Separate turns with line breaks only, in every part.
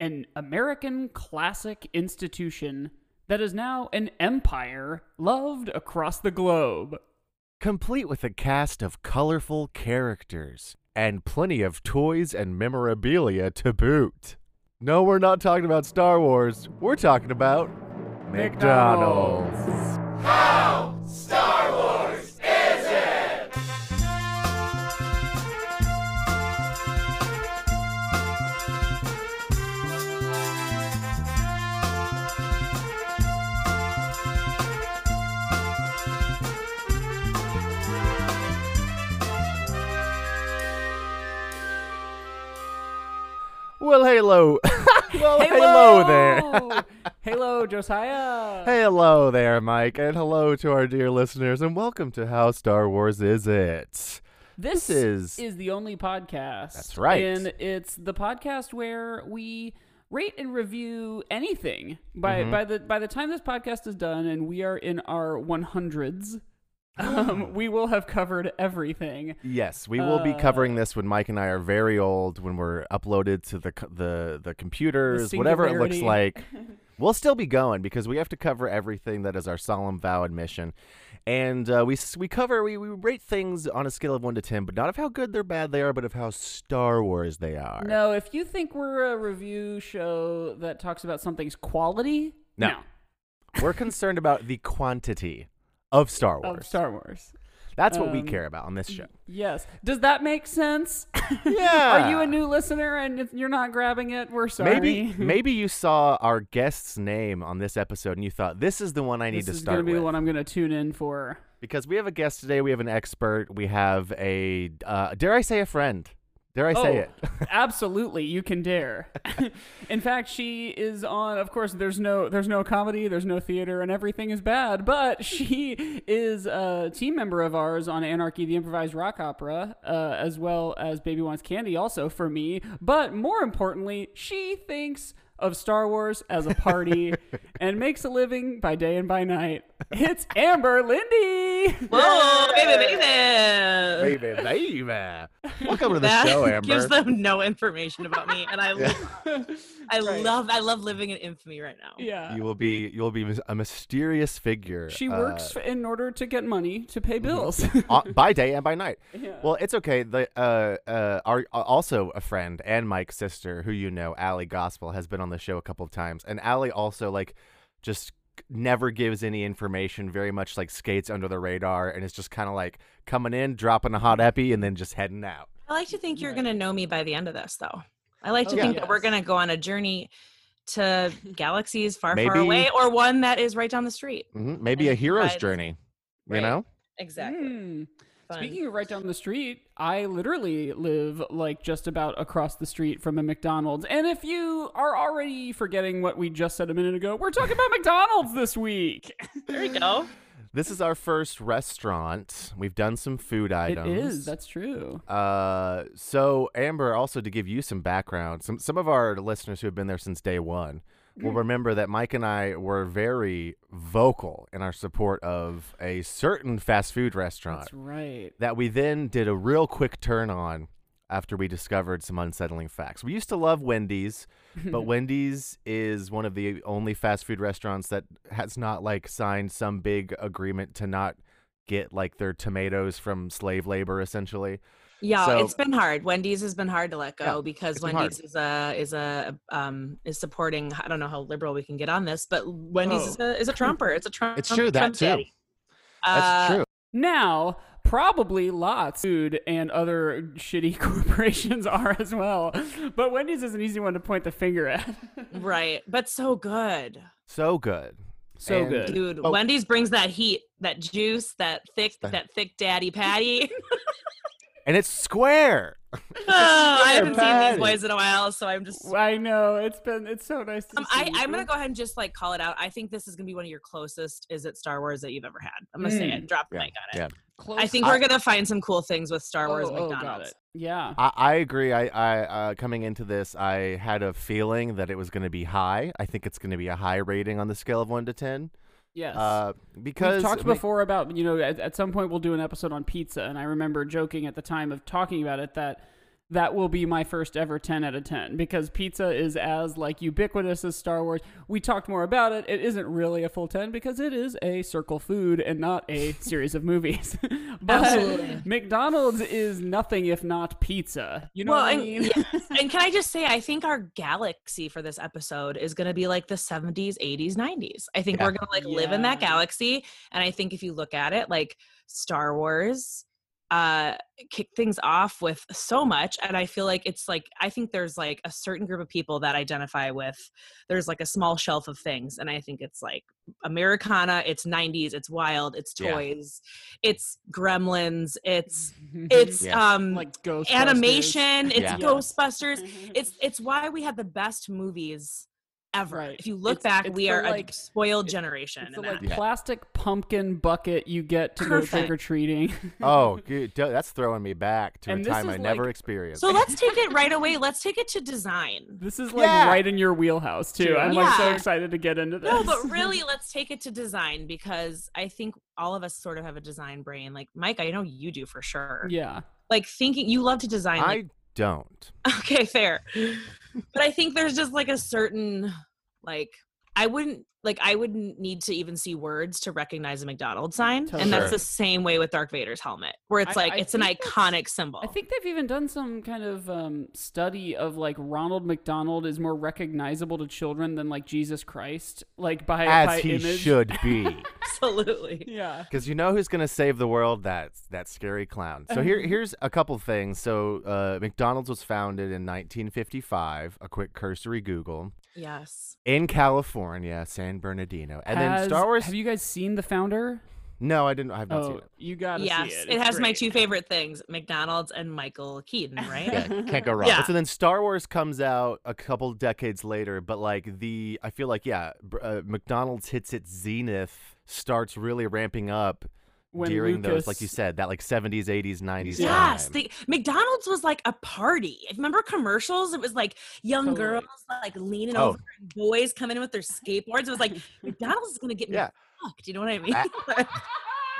an American classic institution that is now an empire loved across the globe.
Complete with a cast of colorful characters and plenty of toys and memorabilia to boot. No, we're not talking about Star Wars. We're talking about McDonald's. Well, hello. well, hello there.
Hello, Josiah.
Hello there, Mike, and hello to our dear listeners, and welcome to How Star Wars Is It.
This,
This is-
is the only podcast.
That's right.
And it's the podcast where we rate and review anything. By
Mm-hmm.
by the by the time this podcast is done and we are in our 100s, um, we will have covered everything.
Yes, we will be covering
Uh.
this when Mike and I are very old, when we're uploaded to the co- the the computers, whatever it looks
singularity.
like. We'll still be going because we have to cover everything that is our solemn vow and mission, and uh, we s- we cover we, we rate things on a scale of one to ten, but not of how good they're bad they are, but of how Star Wars they are.
No, if you think we're a review show that talks about something's quality,
No. We're concerned about the quantity of Star
no
Wars.
of Star Wars.
That's what we
um,
care about on this show.
Yes. Does that make sense?
Yeah.
Are you a new listener and if you're not grabbing it? We're sorry.
Maybe maybe you saw our guest's name on this episode and you thought this is the one I need
this
to
is
start
gonna be
with
the one I'm gonna tune in for.
because we have a guest today. We have an expert. We have a uh, dare I say a friend? Dare I say it?
Oh, absolutely, you can dare. in fact, she is on. Of course, there's no there's no comedy, there's no theater, and everything is bad. But she is a team member of ours on Anarchy, the improvised rock opera, uh, as well as Baby Wants Candy, also for me. But more importantly, she thinks. Of Star Wars as a party and makes a living by day and by night. It's Amber Lindy.
Whoa, baby, baby.
Baby, baby. Welcome to the
That
show, Amber.
gives them no information about me, and I,
Yeah.
I
Right.
love, I love living in infamy right now.
Yeah.
you will be you will be mis- a mysterious figure.
She
uh, Mm-hmm.
works f in order to get money to pay bills.
on- Uh, by day and by night.
Yeah.
Well, it's okay. The uh, uh, our also a friend and Mike's sister, who you know, Allie Gospel, has been on the show a couple of times, and Allie also like just never gives any information. Very much like skates under the radar, and is just kind of like coming in, dropping a hot epi, and then just heading out.
I like to think you're
Right.
gonna know me by the end of this, though. I like to
Oh,
think that we're
yes.
gonna go on a journey to galaxies far, far
Maybe-
away, or one that is right down the street.
Mhm, Maybe a hero's
Right.
journey. You
Right.
know,
Hmm.
Fun.
Speaking of right down the street, I literally live like just about across the street from a McDonald's. And if you are already forgetting what we just said a minute ago, we're talking about McDonald's this week.
there we go.
this is our first restaurant. We've done some food
It
items.
is. That's true.
Uh, so Amber, also to give you some background, some some of our listeners who have been there since day one will remember that Mike and I were very vocal in our support of a certain fast food restaurant
That's right.
that we then did a real quick turn on after we discovered some unsettling facts. We used to love Wendy's, but Wendy's is one of the only fast food restaurants that has not like signed some big agreement to not get like their tomatoes from slave labor essentially.
Yeah,
So-
it's been hard. Wendy's has been hard to let go
Yeah,
because
it's been hard.
Wendy's is a is a um is supporting. I don't know how liberal we can get on this, but
Oh.
Wendy's is a is a Trumper. It's a Trump.
It's true, that
Trump
too.
daddy.
That's
Uh,
true.
Now, probably lots of food and other shitty corporations are as well. But Wendy's is an easy one to point the finger at.
Right, but so good,
So good.
So
And-
good.
dude.
Oh.
Wendy's brings that heat, that juice, that thick,
That-
that thick daddy patty.
And it's square.
oh, I
Square
haven't seen
patty.
these boys in a while, so I'm just.
I know it's been it's so nice to
Um,
see
I,
you.
I'm gonna go ahead and just like call it out. I think this is gonna be one of your closest is it Star Wars that you've ever had. I'm gonna say
Mm.
it. Drop the
Yeah,
mic on it.
yeah.
Close Oh,
I think we're gonna find some cool things with Star Wars McDonald's.
Yeah.
I, I agree. I, I uh, coming into this, I had a feeling that it was going to be high. I think it's going to be a high rating on the scale of one to ten.
Yes.
Uh, because
We've talked
I mean,
before about you know at, at some point we'll do an episode on pizza, and I remember joking at the time of talking about it that that will be my first ever 10 out of 10 because pizza is as like ubiquitous as Star Wars. We talked more about it. It isn't really a full 10 because it is a circle food and not a series of movies. but
Absolutely.
McDonald's is nothing if not pizza. You know
Well,
what I
and,
mean?
yes. and can I just say, I think our galaxy for this episode is going to be like the 70s, 80s, 90s. I think
Yeah.
we're going to like live in that
Yeah.
galaxy. And I think if you look at it, like Star Wars uh kick things off with so much and i feel like it's like i think there's like a certain group of people that identify with there's like a small shelf of things and i think it's like americana it's 90s it's wild it's
Yeah.
toys it's gremlins it's it's
Yes.
um
Mm-hmm. like Ghostbusters.
animation. It's
Yeah.
Yes.
Ghostbusters. It's it's why we had the best movies ever.
Right.
If you look
It's-
back,
it's
we
the,
are
like-
a spoiled
it's-
generation.
It's
in
a
that.
like
Yeah.
plastic pumpkin bucket you get to go
Perfect.
trick or treating.
oh, good. duh, that's throwing me back to
And
a
this
time I
is
never
like-
experienced.
so let's take it right away. Let's take it to design.
This is like
Yeah.
right in your wheelhouse too.
True.
I'm like so
Yeah.
excited to get into this.
No, but really, let's take it to design because I think all of us sort of have a design brain. Like Mike, I know you do for sure.
yeah.
Like thinking, you love to design.
I
like-
don't.
okay, fair. but I think there's just like a certain like I wouldn't like I wouldn't need to even see words to recognize a McDonald's sign, and
Totally.
that's the same way with Darth Vader's helmet, where it's
I-
like
I
it's an
think that's-
iconic symbol.
I think they've even done some kind of um, study of like Ronald McDonald is more recognizable to children than like Jesus Christ, like by by
As he
image.
should be.
Absolutely.
Yeah.
Because you know who's gonna save the world? That that scary clown. So here, here's a couple things. So uh, McDonald's was founded in 1955. A quick cursory Google
Yes.
in California, San Bernardino, and then
Has-
Star Wars.
Have you guys seen the founder?
no, I didn't. I have not seen
Oh,
it.
you gotta
yes.
see it.
It,
It's
has my
great.
two favorite things, McDonald's and Michael Keaton, right?
Yeah, can't go wrong.
Yeah.
So then Star Wars comes out a couple decades later, but like the, I feel like yeah, br- uh, McDonald's hits its zenith, starts really ramping up
When
during those,
Lucas-
like you said, that like 70s, 80s, 90s.
Yes,
time.
the, McDonald's was like a party. Remember commercials? It was like young
Totally.
girls like leaning
Oh.
over, and boys coming in with their skateboards. It was like McDonald's is gonna get me
Yeah. Ah.
fucked. You know what I mean?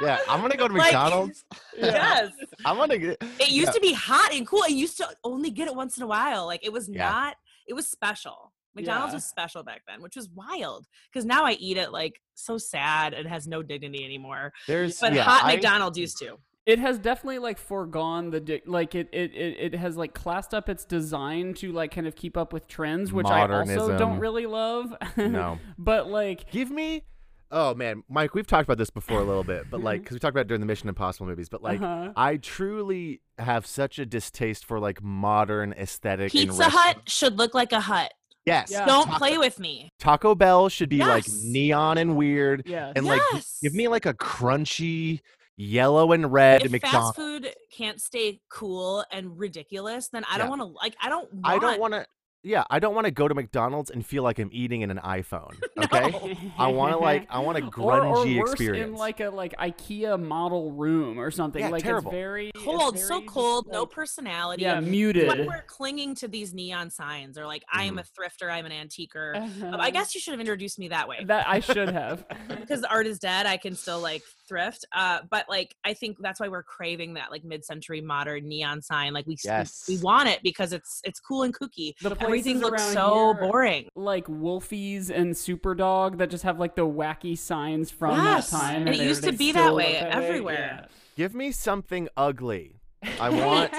yeah, I'm gonna go to
Like-
McDonald's.
yes,
I'm gonna get.
it used
Yeah.
to be hot and cool. I used to only get it once in a while. Like it was
Yeah.
not. It was special. McDonald's
Yeah.
was special back then, which was wild because now I eat it like so sad and has no dignity anymore.
There's
But
yeah,
hot
I-
McDonald's used to.
it has definitely like foregone the di- like it, it it it has like classed up its design to like kind of keep up with trends which i also
Modernism.
don't really love
No.
but like
Give me. Oh man, Mike, we've talked about this before a little bit, but
Mm-hmm.
like, because we talked about it during the Mission Impossible movies, but like,
Uh-huh.
I truly have such a distaste for like modern aesthetic. in
Pizza
restaurant-
Hut should look like a hut.
Yes.
Yeah.
Don't play with me.
Taco Bell should be like
Yes.
neon and weird,
yeah
and like, gi-
Yes.
give me like a crunchy yellow and red
if
McDonald's.
fast food can't stay cool and ridiculous, then I
Yeah.
don't want to like I don't want
I don't want to. Yeah, I don't want to go to McDonald's and feel like I'm eating in an iPhone. Okay. I want to like, I want a
or, or
grungy
worse
experience.
in like a like ikea model room or something
Yeah,
like
terrible.
it's very it's
cold, so
very just,
cold, no
like-
personality.
yeah
It's like
muted
we're clinging to these neon signs or like I
Mm-hmm.
am a thrifter, I'm an antiquer.
Uh-huh.
I guess you should have introduced me that way.
that i should have
because art is dead, I can still like thrift. Uh, but like I think that's why we're craving that like mid-century modern neon sign. Like we s-
Yes.
we want it because it's it's cool and kooky.
the places
Everything looks
around
so
here-
boring.
like Wolfies and Superdog that just have like the wacky signs from
Yes.
that time.
And it
they-
used
they
to be
still
that
look
way everywhere.
Give me something ugly. I want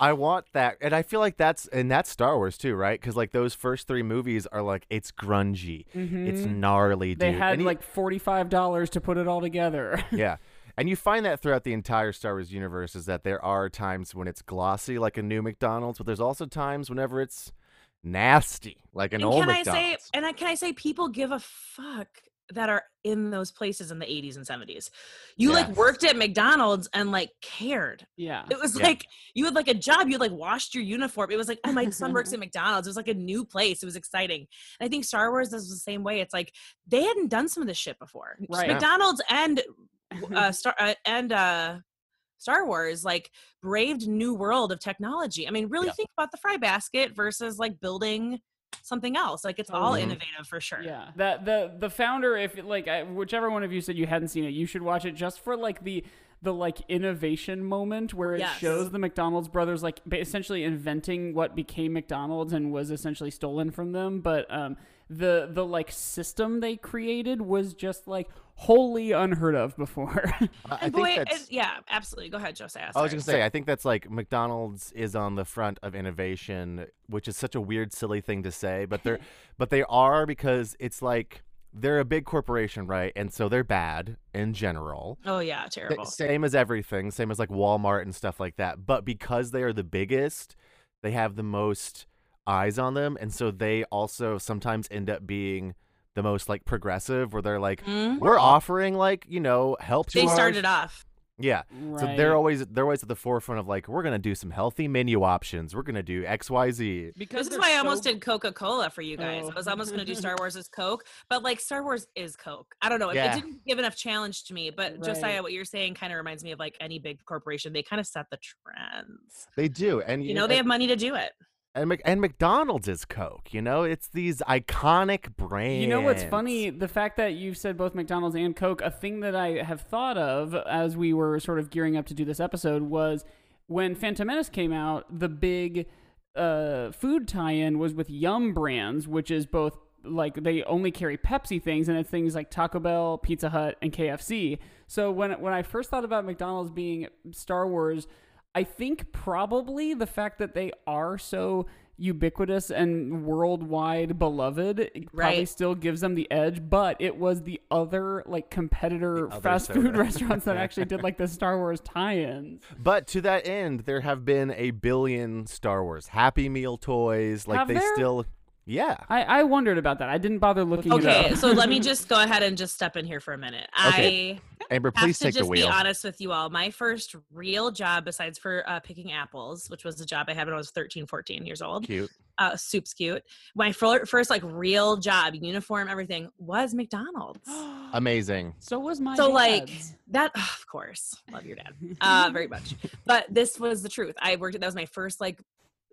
I want that. And I feel like that's and that's Star Wars too, right? Cuz like those first 3 movies are like it's grungy. It's
Mm.
gnarly, dude.
Mm-hmm. They had
And you-
like forty-five dollars to put it all together.
Yeah. And you find that throughout the entire Star Wars universe is that there are times when it's glossy like a new McDonald's, but there's also times whenever it's nasty like an
and
old
can I say
McDonald's.
and I, can I say people give a fuck that are in those places in the 80s and 70s. You
Yeah.
like worked at McDonald's and like cared.
yeah.
It was
Yeah.
like you had like a job, you had like washed your uniform. It was like, oh my son works at McDonald's. It was like a new place. It was exciting. And I think Star Wars is the same way. It's like they hadn't done some of this shit before. Just
Right. Yeah.
McDonald's and uh, Star uh, and uh Star Wars like braved new world of technology. I mean, really
Yeah.
think about the fry basket versus like building something else. Like it's all
Totally.
Mhm.
innovative for sure.
Yeah. That the the founder, if like I, whichever one of you said you hadn't seen it, you should watch it just for like the the like innovation moment where it
Yes.
shows the McDonald's brothers like ba- essentially inventing what became McDonald's and was essentially stolen from them, but um the the like system they created was just like wholly unheard of before.
I, I
And
think
boy,
that's.
it- yeah, absolutely. Go ahead, Josiah.
I was
sorry.
just gonna say, I think that's like McDonald's is on the front of innovation, which is such a weird, silly thing to say, but they're but they are because it's like they're a big corporation, right? And so they're bad in general.
Oh yeah,
Th-
terrible.
Same as everything, same as like Walmart and stuff like that. But because they are the biggest, they have the most eyes on them, and so they also sometimes end up being the most like progressive, where they're like,
Mhm.
we're offering like you know help. to
They
our-
started off.
yeah. So
Right.
they're always they're always at the forefront of like we're gonna do some healthy menu options. We're gonna do X Y Z.
Because
This is
they're
why I
so
almost did Coca Cola for you guys.
Oh.
I was almost going to do Star Wars as Coke, but like Star Wars is Coke. I don't know. It-
Yeah.
It didn't give enough challenge to me. But
Right.
Josiah, what you're saying kind of reminds me of like any big corporation. They kind of set the trends.
They do, and
You know, they have money to do it.
and, Mc- and McDonald's is Coke. You know, it's these iconic brands.
You know what's funny? The fact that you've said both McDonald's and Coke, a thing that I have thought of as we were sort of gearing up to do this episode was when Phantom Menace came out, the big uh, food tie in was with Yum Brands, which is both like they only carry Pepsi things and it's things like Taco Bell, Pizza Hut, and KFC. So when when I first thought about McDonald's being Star Wars, I think probably the fact that they are so ubiquitous and worldwide beloved it probably
Right.
still gives them the edge but it was the other like competitor
The other
fast
soda.
food restaurants that actually did like the star wars tie-ins
But to that end, there have been a billion Star Wars Happy Meal toys. Like
Have
they
there?
still, yeah.
i i wondered about that i didn't bother looking it
Okay,
up
so let me just go ahead and just step in here for a minute.
Okay.
I
Amber,
have
please
to
take
just
the wheel.
be honest with you all. My first real job, besides for uh, picking apples, which was a job I had when I was 13, 14 years old,
Cute.
uh, soup's cute. My fir- first like real job, uniform, everything was McDonald's.
Amazing.
So was my.
So, like,
dad's.
That of course, love your dad uh, very much. But this was the truth. I worked. That was my first like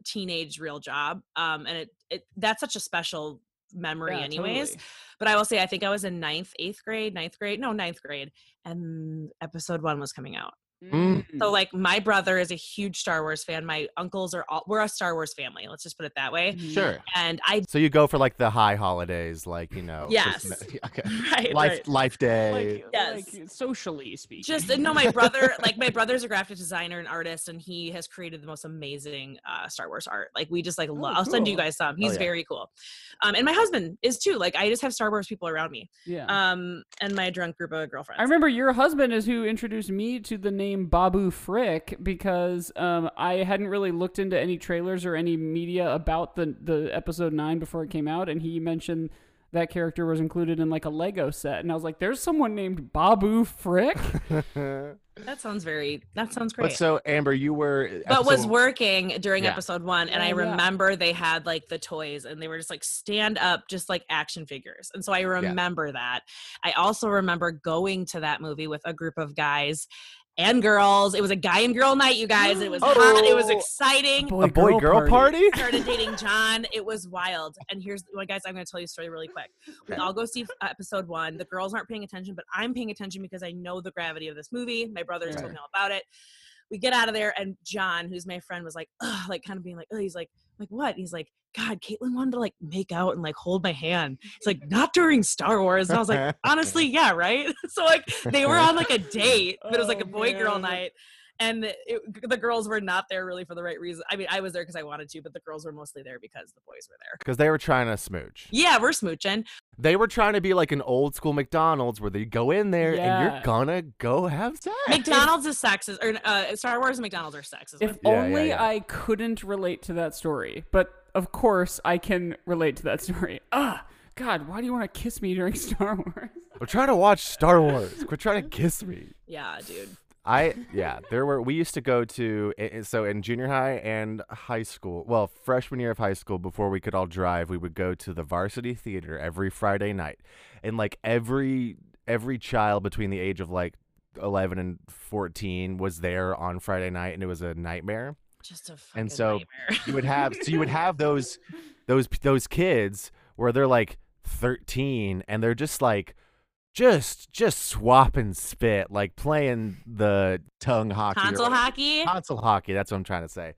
teenage real job, um, and it, it that's such a special memory,
Yeah,
anyways.
totally.
But I will say, I think I was in ninth, eighth grade, ninth grade, no, ninth grade, and episode one was coming out.
Mm.
So like, my brother is a huge Star Wars fan. My uncles are all. We're a Star Wars family. Let's just put it that way.
Mm. Sure.
And I
So you go for like the high holidays, like you know.
Yes.
Christmas- Okay.
right,
Life
right.
Life Day.
like,
Yes.
like socially speaking
just and no my brother like my brother's a graphic designer and artist and he has created the most amazing uh star wars art like we just like
Oh,
love i'll send you
cool.
guys some he's
yeah.
very cool um and my husband is too like i just have star wars people around me
yeah
um and my drunk group of girlfriends
I remember your husband is who introduced me to the name Babu Frick because um, I hadn't really looked into any trailers or any media about the the episode nine before it came out, and he mentioned that character was included in like a Lego set, and I was like, "There's someone named Babu Frick."
that sounds very that sounds great
but so Amber, you were.
but was
episode-
working during
Yeah.
episode one and
Oh,
i
yeah.
remember they had like the toys and they were just like stand up just like action figures and so i remember that i also remember going to that movie with a group of guys and girls it was a guy and girl night you guys it was hot it was
Oh.
exciting
a boy girl party?
I started dating John. It was wild. And here's, well, guys, I'm going to tell you a story really quick. We
Okay.
all go see episode one. The girls aren't paying attention, but I'm paying attention because I know the gravity of this movie. My brothers told
Right.
me all about it. We get out of there, and John, who's my friend, was like, Ugh, like kind of being like, Ugh, he's like, like what? He's like, God, Caitlin wanted to like make out and like hold my hand. He's like, not during Star Wars. And I was like, honestly yeah right so like they were on like a date but it was like a
Oh,
boy girl
man.
night and it, the girls were not there really for the right reason i mean i was there because i wanted to but the girls were mostly there because the boys were there
Because they were trying to smooch.
yeah we're smooching
They were trying to be like an old school McDonald's where they go in there and
Yeah.
you're gonna go have sex.
mcdonald's is sexist or uh, star wars and mcdonald's are sexist
If
Yeah, yeah,
only
yeah.
I couldn't relate to that story, but of course I can relate to that story. Ah, God, why do you want to kiss me during Star Wars?
We're trying to watch Star Wars. Quit trying to kiss me.
yeah dude
I yeah, there were we used to go to i- i- so in junior high and high school. Well, freshman year of high school before we could all drive, we would go to the Varsity Theater every Friday night. And like every every child between the age of like 11 and 14 was there on Friday night and it was a nightmare.
just a fucking
And so
nightmare.
you would have so you would have those those those kids where they're like 13 and they're just like just just swapping spit, like playing the tongue hockey, or
Console
whatever.
hockey.
console hockey. That's what I'm trying to say.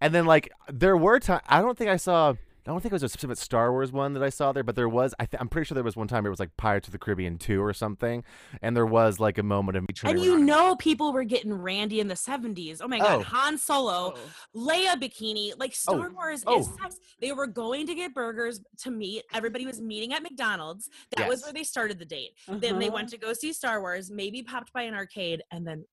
And then like there were times I don't think I saw. I don't think it was a specific Star Wars one that I saw there, but there was. I th- I'm pretty sure there was one time it was like Pirates of the Caribbean two or something, and there was like a moment of me turning
And you
around.
know people were getting randy in the 70s. Oh my god,
Oh.
Han Solo, Leia bikini, like Star Wars is
Oh.
sex. They were going to get burgers to meet. Everybody was meeting at McDonald's. That was
Yes.
where they started the date. Then they
Uh-huh.
went to go see Star Wars, maybe popped by an arcade, and then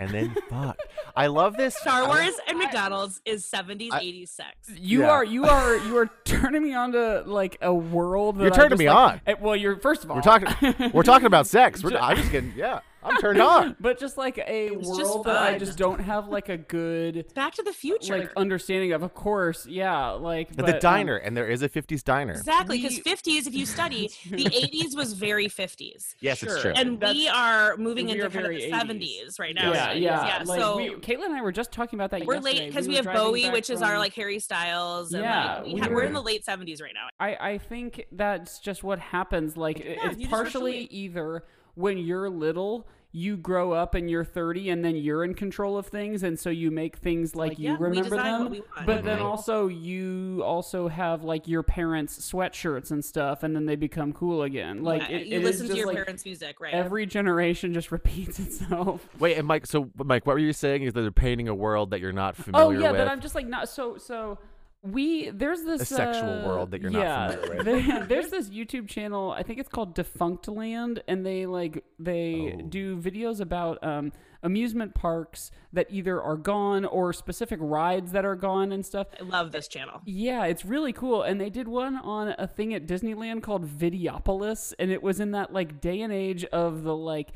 and then fuck, I love this
Star
I-
Wars and McDonald's is 70s,
I-
80s sex.
You
Yeah.
are you are you are turning me on to like a world. That
You're
I
turning
just,
me
like-
on.
eh, well, you're first of all
We're talking. We're talking about sex. We're, I'm just getting. Yeah, I'm turned on.
but just like a
was just
world that I
fun.
just don't have like a good
Back to the future.
like understanding of. Of course, yeah, like
At
but,
the
um,
diner, and there is a '50s diner.
exactly, because
we-
50s, if you study, the 80s was very 50s.
Yes,
Sure.
it's true.
And we
That's-
are moving
we
into
are
kind of
very
the
80s.
70s right now.
yeah, yeah.
Yes,
Like,
so
we, Caitlin and I were just talking about that.
we're
yesterday.
late because
We
we,
were
have
driving
Bowie,
back
which is our
from-
like Harry Styles, and
Yeah,
like we
we
ha- we're in
were-
the late seventies right now.
I, I think that's just what happens. Like it-
Yeah, you
it's
just
partially
virtually-
either when you're little, you grow up and you're 30, and then you're in control of things, and so you make things like,
like,
you
yeah, we
remember
design
them.
what we want.
But then
Mhm.
also you also have like your parents' sweatshirts and stuff, and then they become cool again. Like
Yeah,
it,
you
it is
listen to
just,
your
like,
parents' music, right?
Every generation just repeats itself.
Wait, and Mike. So, but Mike, what were you saying? Is that they're painting a world that you're not familiar
Oh yeah,
with?
but I'm just like not so so. We there's this
A sexual
uh,
world that you're not
yeah,
familiar with.
there- there's this YouTube channel. I think it's called Defunct Land, and they like they
Oh.
do videos about um, amusement parks that either are gone or specific rides that are gone and stuff.
I love this channel.
Yeah, it's really cool. And they did one on a thing at Disneyland called Videopolis, and it was in that like day and age of the like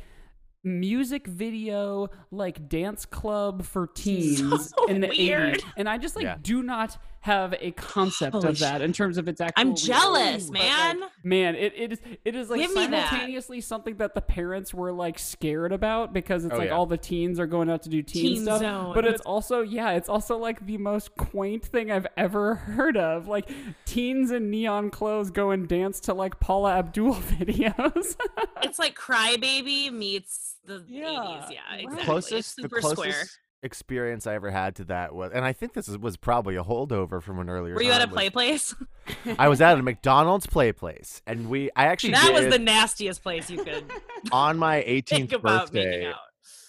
music video like dance club for teens
So
in the
weird.
80s. And I just like
Yeah.
do not have a concept
Holy
of that in terms of its actual
I'm
reality,
jealous,
but,
man.
like, man, it, it is it is like
Give me that.
simultaneously something that the parents were like scared about because it's
Oh,
like
yeah.
all the teens are going out to do teen,
Teen
stuff.
zone.
But it's also yeah, it's also like the most quaint thing I've ever heard of. Like teens in neon clothes go and dance to like Paula Abdul videos.
It's like Crybaby meets the
Yeah,
eighties. Yeah,
right.
exactly. it's
closest,
super
the closest
square.
experience I ever had to that was, and I think this is, was probably a holdover from an earlier.
Were you at a
time, was-
play place?
I was at a McDonald's play place, and we. I actually
That was
did
the nastiest place you could
on my 18th
think about making
birthday.
out.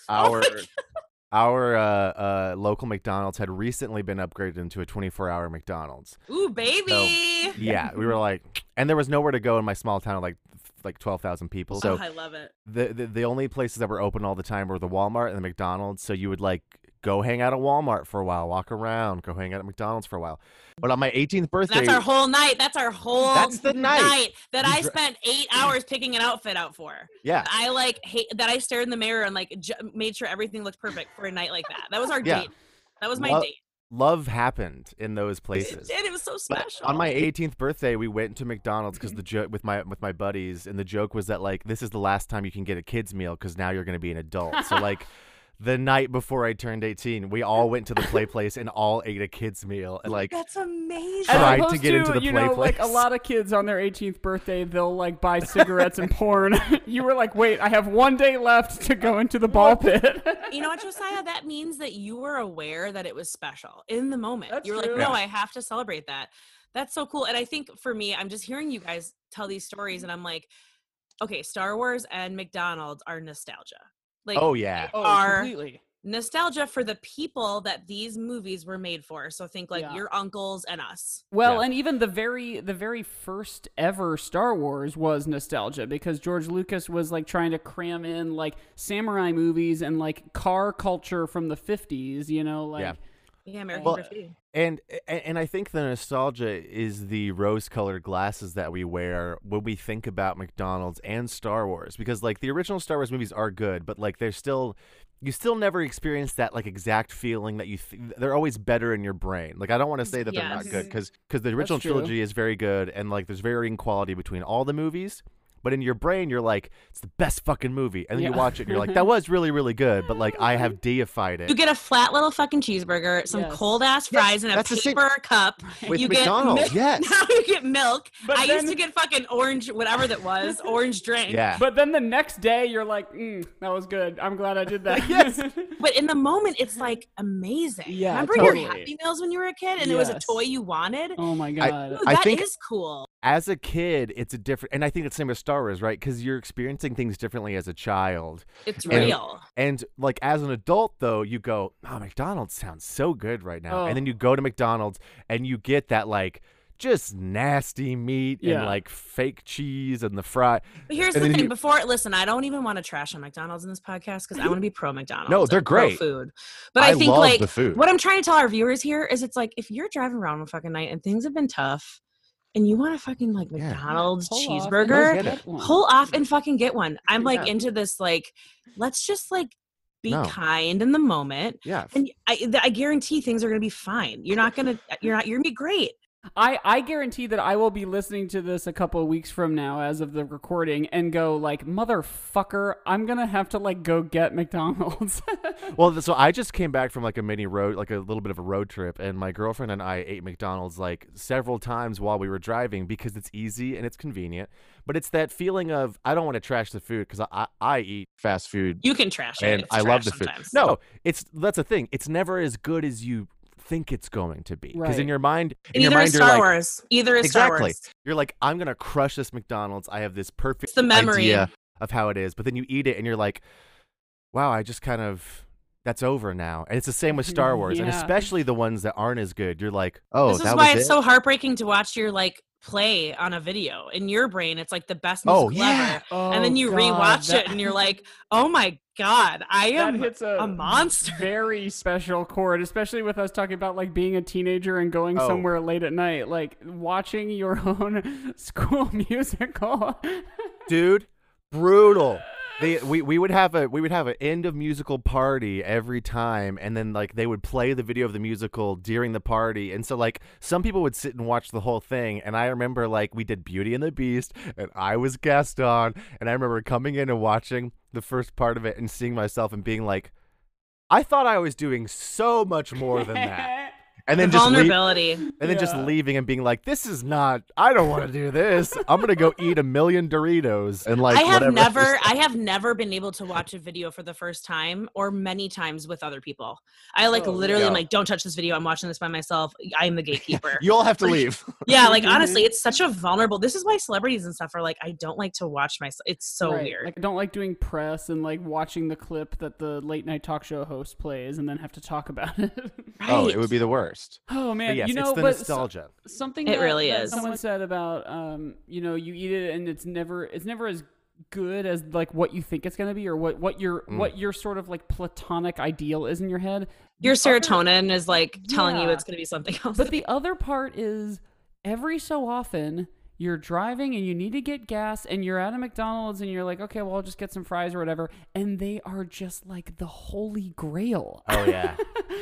Oh
Our
my God.
our uh, uh, local McDonald's had recently been upgraded into a 24-hour McDonald's.
Ooh, baby.
Yeah, we were like, and there was nowhere to go in my small town of like like 12,000 people. So
oh, I love it.
the, the the only places that were open all the time were the Walmart and the McDonald's. So you would like go hang out at Walmart for a while, walk around, go hang out at McDonald's for a while. But on my 18th birthday,
That's our whole night. That's our whole
That's the night.
that
You
I
dr-
spent eight hours picking an outfit out for.
yeah,
I like hate that I stared in the mirror and like j- made sure everything looked perfect for a night like that. That was our
Yeah.
date. That was my
Well,
date.
love happened in those
It
places.
did. It was so
But
special.
on my 18th birthday, we went to McDonald's because
Mm-hmm.
the joke with my with my buddies, and the joke was that like this is the last time you can get a kids meal because now you're going to be an adult. So like. The night before I turned 18, we all went to the play place and all ate a kids meal. And like,
that's amazing.
As tried to
opposed
get into the
you
play
know, Like a
place.
lot of kids on their 18th birthday, they'll like buy cigarettes and porn. you were like, wait, I have one day left to go into the ball pit.
you know what, Josiah? That means that you were aware that it was special in the moment.
That's
you were
true.
like, no,
Yeah.
I have to celebrate that. That's so cool. And I think for me, I'm just hearing you guys tell these stories, and I'm like, okay, Star Wars and McDonald's are nostalgia. Like,
oh yeah,
oh,
Are-
completely.
nostalgia for the people that these movies were made for. So think like
Yeah.
your uncles and us.
Well,
Yeah.
and even the very the very first ever Star Wars was nostalgia because George Lucas was like trying to cram in like samurai movies and like car culture from the 50s, you know, like
Yeah.
Yeah, American
Well, eh
Graffiti.
And and and I think the nostalgia is the rose-colored glasses that we wear when we think about McDonald's and Star Wars because like the original Star Wars movies are good, but like they're still you still never experience that like exact feeling that you th- they're always better in your brain. Like I don't want to say that they're not
Yes.
good cuz cuz the original
true.
trilogy is very good and like there's varying quality between all the movies. But in your brain, you're like, it's the best fucking movie. And then you watch it and you're like, that was really, really good. But like, I have deified it.
You get a flat little fucking cheeseburger, some
Yes.
cold
Yes,
ass fries, and a
that's the same-
paper cup.
With
you
McDonald's,
get
yes.
milk. Now you get milk.
But
I
then-
used to get fucking orange, whatever that was, orange drink.
yeah.
But then the next day, you're like, mm, "That was good. I'm glad I did that."
Yes.
But in the moment, it's like amazing.
Yeah,
Remember
totally.
your Happy Meals when you were a kid, and there was a
Yes.
toy you wanted.
oh my
I-
god.
Ooh,
I
that
think-
is cool.
as a kid, it's a different, and I think it's same with Star Wars, right? Because you're experiencing things differently as a child,
It's
And-
real.
and like as an adult, though, you go, "Oh, McDonald's sounds so good right now,"
Oh.
and then you go to McDonald's and you get that like just nasty meat
Yeah.
and like fake cheese and the fry.
But here's
and
the
then
thing:
you-
before, listen, I don't even want to trash on McDonald's in this podcast because I want to be pro McDonald's.
No, they're
and pro
great.
food. But I, think
love
like
the food.
what I'm trying to tell our viewers here is, it's like if you're driving around one fucking night and things have been tough, and you want a fucking like
Yeah.
McDonald's
Pull off and
cheeseburger,
get
Get
one.
pull off and fucking get one. I'm like
Hmm. Yeah.
into this like, let's just like be
No.
kind in the moment.
yeah,
And I, th- I guarantee things are gonna be fine. You're not gonna, uh, you're not, you're gonna be great.
I, I guarantee that I will be listening to this a couple of weeks from now as of the recording and go like motherfucker I'm going to have to like go get McDonald's.
Well, th- so I just came back from like a mini road, like a little bit of a road trip, and my girlfriend and I ate McDonald's like several times while we were driving because it's easy and it's convenient. But it's that feeling of I don't want to trash the food because I, I I eat fast food
You can trash it.
and
It's
I love
trash
the food.
sometimes.
No, it's that's the thing. It's never as good as you think it's going to be because
Right.
in your mind, in your
either
mind,
is
you're
Star
like.
Wars. Either is Star
Exactly.
Wars.
You're like, I'm gonna crush this McDonald's. I have this perfect
It's the memory.
idea of how it is, but then you eat it and you're like, wow, I just kind of that's over now. And it's the same with Star Wars, and
Yeah.
especially the ones that aren't as good. You're like, oh,
Mm-hmm. this is
that
why
was
it's
it?
so heartbreaking to watch your like play on a video in your brain. It's like the best
Oh,
music
yeah.
ever, and
Oh,
then you rewatch it, and you're like, "Oh my god, I
that
am
hits a,
a monster."
Very special chord, especially with us talking about like being a teenager and going
Oh.
somewhere late at night, like watching your own school musical.
dude, brutal. They, we, we would have a we would have an end of musical party every time and then like they would play the video of the musical during the party and so like some people would sit and watch the whole thing and I remember like we did Beauty and the Beast and I was Gaston and I remember coming in and watching the first part of it and seeing myself and being like I thought I was doing so much more than that and then
The
just leave,
vulnerability.
and then just
Yeah.
leaving and being like this is not I don't want to do this I'm gonna go eat a million Doritos and like
I have
whatever
never, I have never been able to watch a video for the first time or many times with other people. I like
Oh,
literally am
yeah.
like, "Don't touch this video. I'm watching this by myself. I'm the gatekeeper."
You all have to leave.
yeah, like honestly, it's such a vulnerable. This is why celebrities and stuff are like, "I don't like to watch myself." It's so
Right.
weird.
Like, I don't like doing press and like watching the clip that the late night talk show host plays and then have to talk about it.
Oh,
Right.
it would be the worst.
oh man,
But yes,
you know,
it's the
but so-
nostalgia.
something
It
that,
really
is.
is.
Someone said about um, you know, you eat it and it's never it's never as good as like what you think it's gonna be or what what your
Mm.
what your sort of like platonic ideal is in your head.
Your
The other-
serotonin is like telling you
Yeah.
it's going to be something else.
But the other part is every so often you're driving and you need to get gas and you're at a McDonald's and you're like, okay, well, I'll just get some fries or whatever. And they are just like the holy grail.
Oh yeah.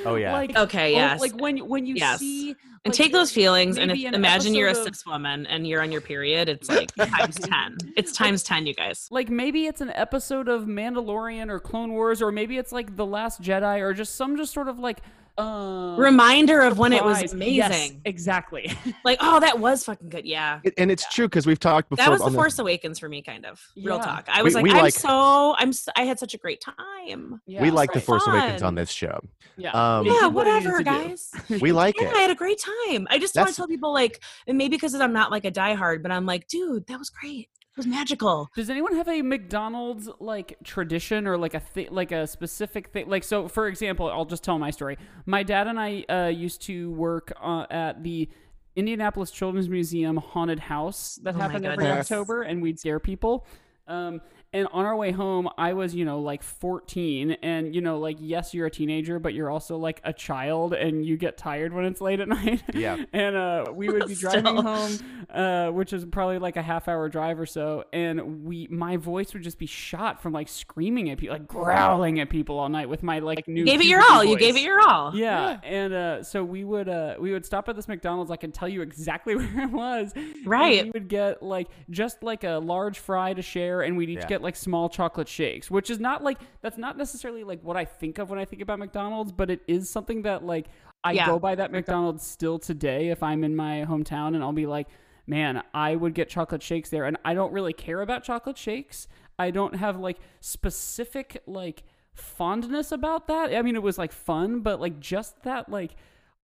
Oh yeah.
Like,
Okay,
oh,
yes.
Like when, when you
Yes.
see.
and
like,
take those feelings and if,
maybe an
imagine you're a
episode of-
cis woman and you're on your period. It's like times 10. It's times 10, you guys.
Like maybe it's an episode of Mandalorian or Clone Wars, or maybe it's like The Last Jedi, or just some just sort of like um,
Reminder of when it was
surprise.
amazing.
Yes, exactly.
Like, oh, that was fucking good. Yeah.
It- and it's true because we've talked before.
That was the
on
Force Awakens for me, kind of. Real
Yeah.
talk. I
We-
was like,
we
I'm
like-
so, I'm, s- I had such a great time.
Yeah,
we like the
right.
Force
fun.
Awakens on this show.
Yeah,
um,
They did
Yeah,
what they needed to
whatever,
do.
guys.
We like
Yeah, I
it.
had a great time. I just want to
That's-
tell people, like, and maybe because I'm not like a diehard, but I'm like, dude, that was great. It was magical.
Does anyone have a McDonald's like tradition or like a thi- like a specific thing? Like so, for example, I'll just tell my story. My dad and I uh, used to work uh, at the Indianapolis Children's Museum haunted house that
Oh my
happened every
goodness.
October, and we'd scare people. Um, And on our way home, I was, you know, like 14. And, you know, like, yes, you're a teenager, but you're also like a child and you get tired when it's late at night.
Yeah.
and uh, we would be
Still.
driving home, uh, which is probably like a half hour drive or so. And we, my voice would just be shot from like screaming at people, like growling at people all night with my like new.
You gave it your
puberty
all. You
voice.
gave it your all.
Yeah, and uh, so we would uh, we would stop at this McDonald's. I can tell you exactly where it was. and
Right.
we would get like just like a large fry to share, and we'd each
Yeah.
get like small chocolate shakes, which is not like that's not necessarily like what I think of when I think about McDonald's, but it is something that like I
Yeah.
go by that McDonald's still today if I'm in my hometown, and I'll be like, man, I would get chocolate shakes there, and I don't really care about chocolate shakes. I don't have like specific like fondness about that. I mean, it was like fun, but like just that like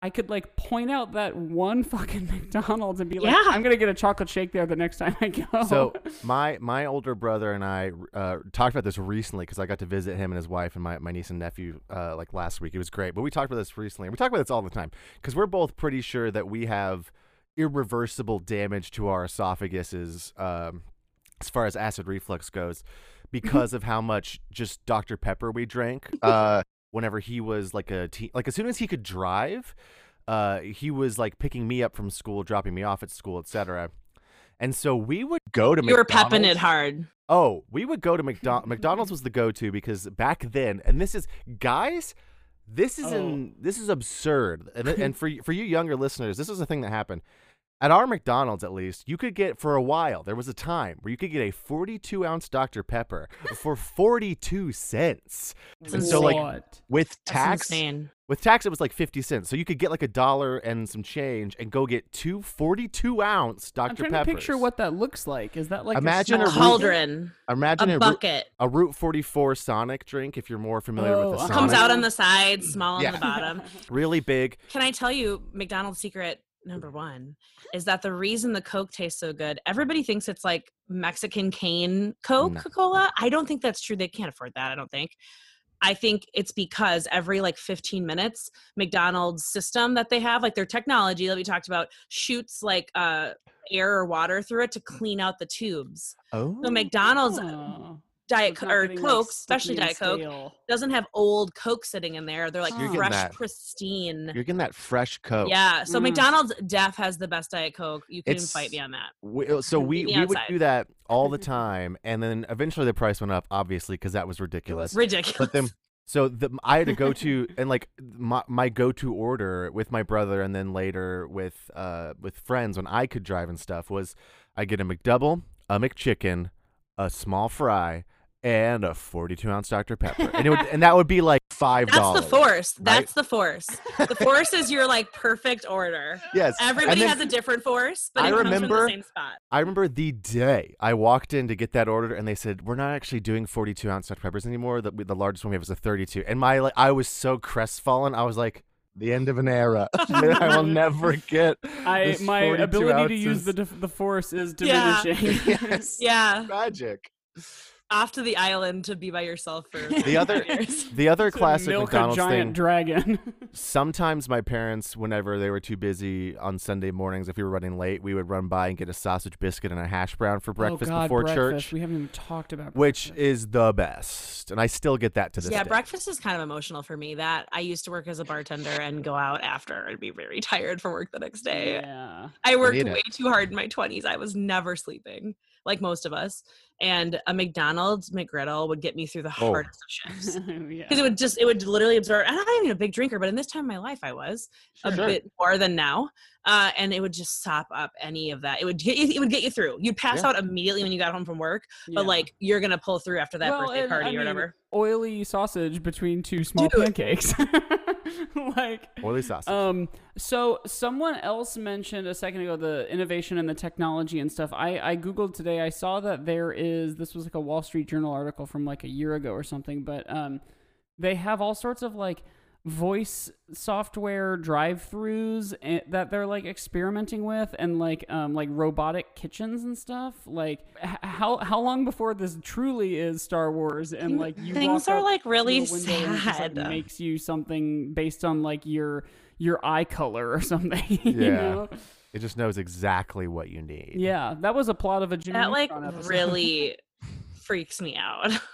I could like point out that one fucking McDonald's and be like,
Yeah.
I'm gonna get a chocolate shake there the next time I go.
So my my older brother and I uh, talked about this recently because I got to visit him and his wife and my, my niece and nephew uh, like last week. It was great, but we talked about this recently. We talk about this all the time because we're both pretty sure that we have irreversible damage to our esophaguses um, as far as acid reflux goes because of how much just Dr Pepper we drank. Uh, whenever he was like a teen, like as soon as he could drive, uh, he was like picking me up from school, dropping me off at school, etc. And so we would go to
You were
McDonald's.
pepping it hard.
Oh, we would go to McDonald's. McDonald's was the go-to because back then, and this is guys, this is in
Oh.
this is absurd. And, th- and for y- for you younger listeners, this is a thing that happened at our McDonald's. At least you could get for a while. There was a time where you could get a 42 ounce Dr Pepper for 42 cents. And so like
What?
with
That's
tax,
insane.
with tax, it was like 50 cents. So you could get like a dollar and some change and go get two 42 ounce
I'm
Dr
trying
Pepper.
to picture what that looks like. Is that like
Imagine
a,
A
a
small-
root-
cauldron,
Imagine
a
Ru-
bucket
a Route 44 Sonic drink if you're more familiar
Oh,
with the
uh-huh.
Sonic.
comes out on the side, small
Yeah.
on the bottom.
really big.
Can I tell you McDonald's secret number one is that the reason the Coke tastes so good, everybody thinks it's like Mexican cane Coca Cola. I don't think that's true. They can't afford that, I don't think. I think it's because every like 15 minutes, McDonald's system that they have, like their technology that we talked about, shoots like uh, air or water through it to clean out the tubes.
Oh.
So McDonald's
Oh.
Diet
It's
Co-
not
or
getting, like,
Coke, especially
sticky
Diet
and
Coke,
stale.
doesn't have old Coke sitting in there. They're like
You're getting
fresh,
that-
pristine.
Oh, You're getting that fresh Coke.
Yeah. So
Mm.
McDonald's Def has the best Diet Coke. You can
It's-
fight me on that.
We, uh, so we,
Maybe
we would
outside.
do that all the time. And then eventually the price went up, obviously, because that was ridiculous.
Ridiculous.
But then, so the, I had to go to, and like my, my go to order with my brother and then later with, uh, with friends when I could drive and stuff was I get a McDouble, a McChicken, a small fry, and a 42 ounce Dr. Pepper. And, it would, and that would be like $5.
that's the force.
right?
That's the force. The force is your like perfect order.
Yes. and
Everybody
then-
has a different force, but
I
it comes
remember-
from the same spot.
I remember the day I walked in to get that order, and they said we're not actually doing 42 ounce Dr Peppers anymore. The, the largest one we have is a 32, and my like, I was so crestfallen. I was like, the end of an era. I will never get.
I
this
my
42
ability to use
ounces."
the dif- the force is
Yeah.
diminishing.
Yes.
Yeah.
Tragic.
Off to the island to be by yourself for
The other-
five years.
The other
To
classic
milk
McDonald's
a giant
thing.
dragon.
Sometimes my parents, whenever they were too busy on Sunday mornings, if we were running late, we would run by and get a sausage biscuit and a hash brown for breakfast
oh God,
before
breakfast.
church,
We haven't even talked about
which
breakfast.
is the best. And I still get that to this
Yeah,
day.
breakfast is kind of emotional for me. That I used to work as a bartender and go out after and be very tired for work the next day.
Yeah.
I worked
need it.
way too hard in my 20s. I was never sleeping, like most of us. And a McDonald's McGriddle would get me through the
Oh.
hardest of shifts.
Yeah.
Because it would just, it would literally absorb. And I'm not even a big drinker, but in this time of my life, I was a
Sure.
bit more than now. Uh, and it would just sop up any of that. It would get you, it would get you through. You'd pass
Yeah.
out immediately when you got home from work, but
Yeah.
like you're gonna pull through after that
Well,
birthday
and,
party
I
or
mean,
whatever.
oily sausage between two small
Dude.
pancakes. like
Oily sausage.
Oh.
um so someone else mentioned a second ago the innovation and the technology and stuff. I I googled today. I saw that there is this was like a Wall Street Journal article from like a year ago or something, but um they have all sorts of like voice software drive-throughs and- that they're like experimenting with and like um like robotic kitchens and stuff like h- how how long before this truly is star wars and like you
Things
walk
are
up
like
to
really
a window and it just, like,
sad.
makes you something based on like your your eye color or something you
Yeah.
know?
It just knows exactly what you need.
yeah that was a plot of a Jimmy
That like
Neutron episode.
really freaks me out.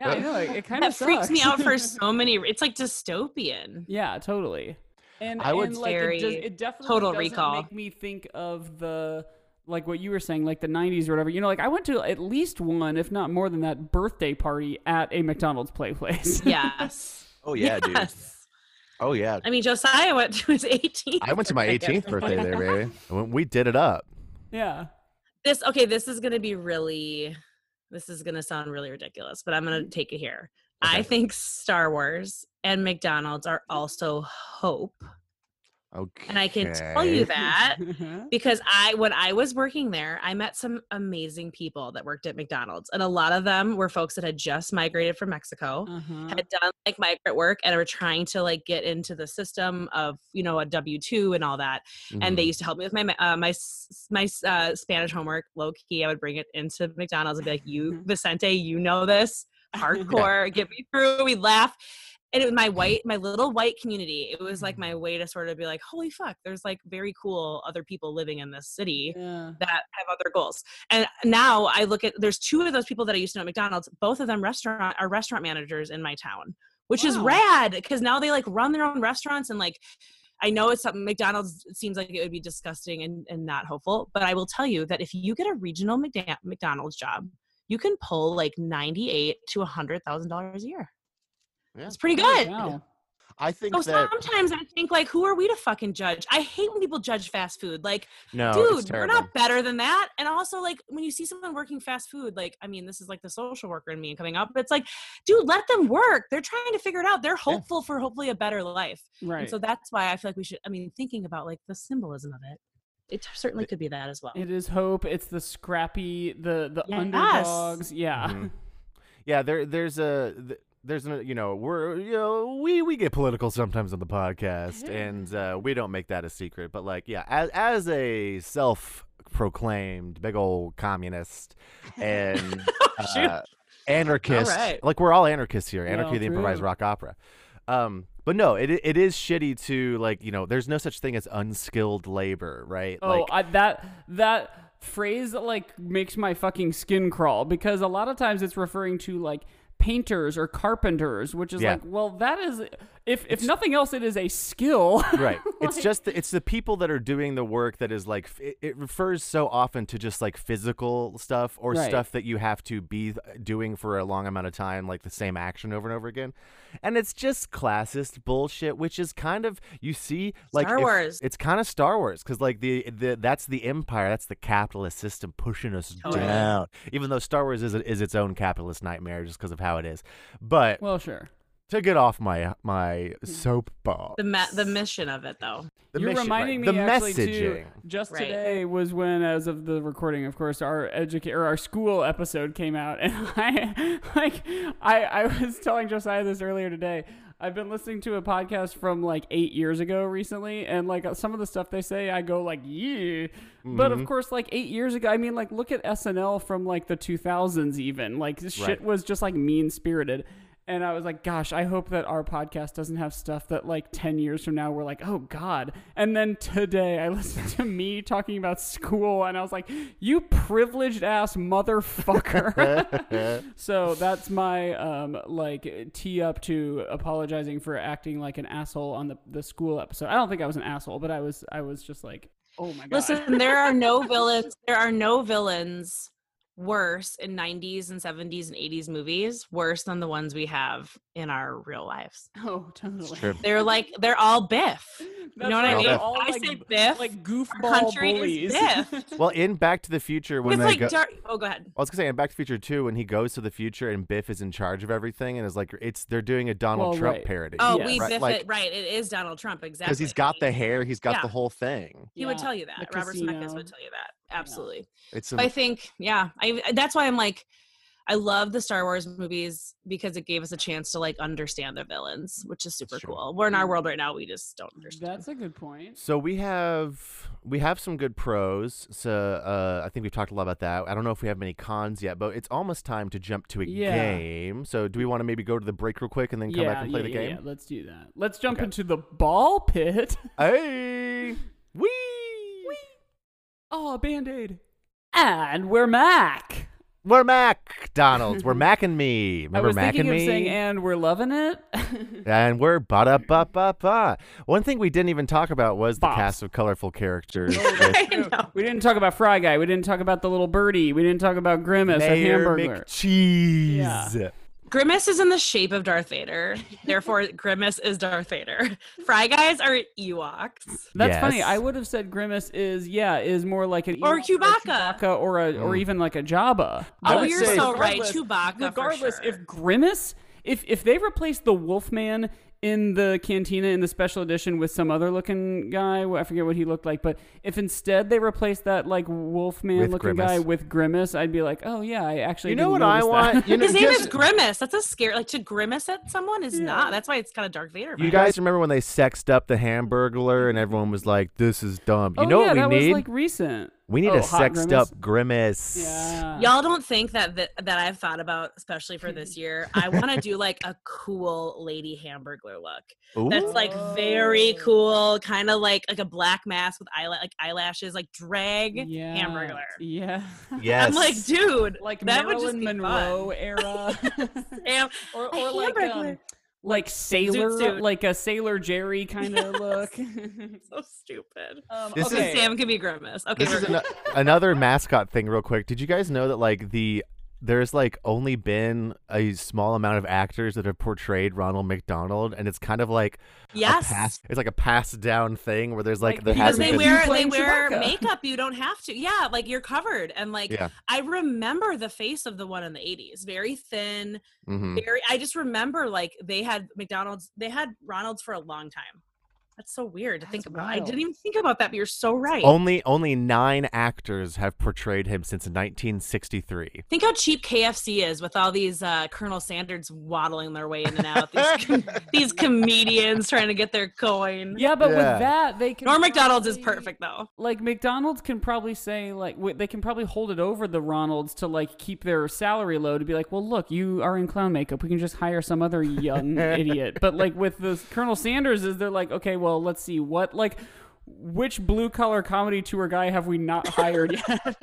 Yeah, I know. It, it kind
that
of
freaks me out for so many. It's like dystopian.
Yeah, totally. And
I would
and, like, it, does,
Very
it definitely
Total
doesn't
Recall.
make me think of the like what you were saying, like the '90s or whatever. You know, like I went to at least one, if not more than that, birthday party at a McDonald's play place.
Yes.
Oh yeah, dude.
yes.
Oh yeah.
I mean, Josiah went to his 18th.
I went to my
birthday.
18th birthday there, baby. And We did it up.
yeah.
This okay. This is gonna be really. This is gonna sound really ridiculous, but I'm gonna take it here.
Okay.
I think Star Wars and McDonald's are also hope,
Okay.
and I can tell you that because I when I was working there, I met some amazing people that worked at McDonald's, and a lot of them were folks that had just migrated from Mexico.
Uh-huh.
had done like migrant work and were trying to like get into the system of you know a W two and all that. And they used to help me with my uh, my s- my uh, Spanish homework. Low key, I would bring it into McDonald's and be like, "You Vicente, you know this hardcore. Get me through." We'd laugh. And it was my white, my little white community. It was like my way to sort of be like, holy fuck, there's like very cool other people living in this city
Yeah.
that have other goals. And now I look at there's two of those people that I used to know at McDonald's. Both of them restaurant are restaurant managers in my town, which is
Wow.
rad because now they like run their own restaurants and like I know it's something McDonald's it seems like it would be disgusting and, and not hopeful, but I will tell you that if you get a regional McDa- McDonald's job, you can pull like ninety eight to a hundred thousand dollars a year.
Yeah.
It's pretty
Oh,
good.
wow.
Mm-hmm. I think
So
that
sometimes I think like, who are we to fucking judge? I hate when people judge fast food. Like,
no,
Oh,
it's
dude, we're
terrible.
not better than that. And also, like, when you see someone working fast food, like, I mean, this is like the social worker in me coming up, but it's like, dude, let them work. They're trying to figure it out. They're hopeful for hopefully a better life.
Right.
And so that's why I feel like we should, I mean, thinking about like the symbolism of it, it certainly could be that as well.
it is hope. It's the scrappy, the the
Yes.
underdogs. Yeah.
Mhm. Yeah, there there's a th- there's an you know we're you know we we get political sometimes on the podcast and uh, we don't make that a secret, but like yeah, as as a self proclaimed big old communist and
Shoot.
uh, anarchist,
Alright.
like we're all anarchists here,
Yeah,
anarchy of the improvised
true.
rock opera. Um, but no, it it is shitty to like you know there's no such thing as unskilled labor, right?
Oh,
like
I, that that phrase like makes my fucking skin crawl because a lot of times it's referring to like painters or carpenters, which is
Yeah.
like, well, that is if if nothing else, it is a skill.
right it's just the, it's the people that are doing the work that is like f- it, it refers so often to just like physical stuff or
Right.
stuff that you have to be th- doing for a long amount of time like the same action over and over again and it's just classist bullshit which is kind of you see like
Star
if-
Wars.
it's kind of star wars because like the, the that's the empire that's the capitalist system pushing us
Totally.
down even though star wars is, is its own capitalist nightmare just because of how it is but
well, sure.
to get off my my soapbox
Mm. the, ma- the mission of it, though.
the
You're
mission,
reminding
right.
me
the
actually
messaging.
too. Just
Right.
today was when, as of the recording, of course, our educa- or our school episode came out, and I like I I was telling Josiah this earlier today. I've been listening to a podcast from like eight years ago recently, and like uh, some of the stuff they say, I go like, yeah. But
Mm-hmm.
of course, like eight years ago, I mean, like look at SNL from like the 2000s, even like this shit
Right.
was just like mean spirited. And I was like, gosh, I hope that our podcast doesn't have stuff that like 10 years from now we're like, oh God. And then today I listened to me talking about school and I was like, you privileged ass motherfucker. so that's my um, like tee up to apologizing for acting like an asshole on the, the school episode. I don't think I was an asshole, but I was I was just like, oh my God.
Listen, there are no villains. There are no villains worse in 90s and 70s and 80s movies worse than the ones we have in our real lives.
oh, totally.
true.
They're like they're all Biff.
That's
know what
I
right.
mean?
They're all,
I
like,
said Biff.
Like goofball
country
bullies.
is Biff.
Well, in Back to the Future, when
It's
they
like
go,
dar- oh, go ahead.
I was gonna say in Back to the Future too, when he goes to the future and Biff is in charge of everything, and is like, it's they're doing a Donald
Well,
Trump
right.
parody.
Oh,
Yeah.
we
Right,
Biff
like-
it right. It is Donald Trump exactly
he's got the hair, he's got the
Yeah.
whole thing.
He would
Yeah,
tell you that.
the
Robert Zemeckis
casino.
would tell you that. Absolutely.
It's
But I
a,
think yeah. I that's why I'm like. I love the Star Wars movies because it gave us a chance to like understand the villains, which is super
true.
cool. We're in our world right now; we just don't understand.
That's a good point.
so we have we have some good pros. So uh, I think we've talked a lot about that. I don't know if we have many cons yet, but it's almost time to jump to a
Yeah.
game. So do we want to maybe go to the break real quick and then come back and play the game?
let's do that. Let's jump
Okay.
into the ball pit.
Hey, wee.
Oh, band aid. And we're Mac.
We're McDonald's. We're Mac and me.
I
Remember
was
Mac
thinking
and
of
me?
saying, and we're loving it.
and we're ba da ba ba ba. One thing we didn't even talk about was the
Bops.
cast of colorful characters.
I know.
we didn't talk about Fry Guy. We didn't talk about the little birdie. We didn't talk about Grimace
Mayor
or Hamburglar.
McCheese.
Grimace is in the shape of Darth Vader. Therefore, Grimace is Darth Vader. Fry guys are Ewoks.
That's funny.
Yes.
I would have said Grimace is yeah is more like an Ewok
Or
a
Chewbacca.
Chewbacca or a or even like a Jabba.
I
Oh,
would
you're
say-
so right.
Mm. Regardless-
Chewbacca.
Regardless,
for sure.
if Grimace, if if they replace the Wolfman in the cantina in the special edition with some other looking guy, well, I forget what he looked like, but if instead they replace that like Wolfman
With
looking
Grimace.
guy with Grimace, I'd be like, oh yeah, I actually.
You know what
didn't
I
notice
want?
That.
You know,
His name
just-
is Grimace. That's a scare. Like to grimace at someone is not. That's why it's kind of Dark Vader.
You
vibes.
guys remember when they sexed up the Hamburglar and everyone was like, "This is dumb." You
oh,
know
yeah,
what
that
we need?
was like recent.
we need
Oh,
a
Hot
sexed
Grimace?
up grimace.
Yeah.
Y'all don't think that th- that I've thought about, especially for this year. I want to do like a cool lady Hamburglar look.
Ooh.
That's like very cool, kind of like like a black mask with eyelash, like eyelashes, like drag
Yeah.
Hamburglar.
Yeah.
yes.
I'm like, dude,
Like
that would just
Marilyn
be
Monroe era.
fun. Sam,
or
A
or like
hamburger.
um, like sailor
suit.
like a sailor Jerry kind of look.
so stupid.
Um,
This
okay.
is-
Sam can be grimace. Okay,
this is
we're-
an- another mascot thing, real quick. Did you guys know that like the there's like only been a small amount of actors that have portrayed Ronald McDonald, and it's kind of like
yes.
a pass, it's like a passed down thing where there's like,
Like,
there
because
because
hasn't
they
been-
Because you playing
wear they wear
Chewbacca.
makeup you don't have to yeah like you're covered and like
Yeah.
i remember the face of the one in the 80s very thin
Mhm.
very i just remember like they had mcdonald's they had ronald's for a long time that's so weird to think
That's
about i
wild.
didn't even think about that but you're so right
Only only nine actors have portrayed him since 1963.
think how cheap kfc is with all these uh, colonel sanders waddling their way in and out these, com- these comedians trying to get their coin
Yeah, but
Yeah.
with that they can
norm mcdonald's is
probably-
perfect though
Like McDonald's can probably say like w- they can probably hold it over the Ronalds to like keep their salary low to be like, well, look, you are in clown makeup. We can just hire some other young idiot. But like with the Colonel Sanders, is they're like, okay, well, let's see what like which blue collar comedy tour guy have we not hired yet?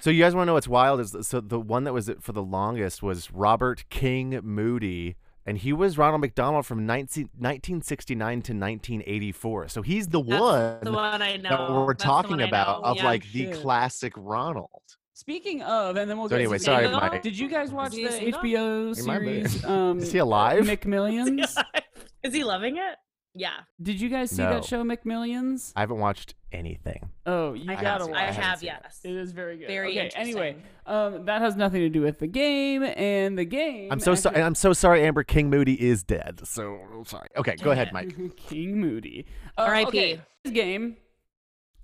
So you guys want to know what's wild is so the one that was for the longest was Robert King Moody. And he was Ronald McDonald from 19, 1969 to 1984. So he's the
That's
one,
the one i
that
know
we're
That's the one
talking
I
about
know.
of
Yeah.
like the
Shit.
classic Ronald.
Speaking of, and then we'll
So
get
anyway,
to
sorry,
the-
Mike.
Did you guys watch
Is
the
he single?
HBO
He might be.
series? Um,
Is he alive?
McMillions.
Is he loving it? Yeah.
Did you guys see
No.
that show, McMillions?
I haven't watched anything.
Oh, you
I
gotta
haven't seen
watch.
I
it. haven't
have,
seen it.
yes.
It is very good.
Very
okay. Anyway,
interesting.
um, that has nothing to do with the game and the game.
I'm so sorry. I'm so sorry. Amber King Moody is dead. So I'm sorry. Okay, go ahead, Mike.
actually- King Moody. Uh,
R.I.P..
okay, This game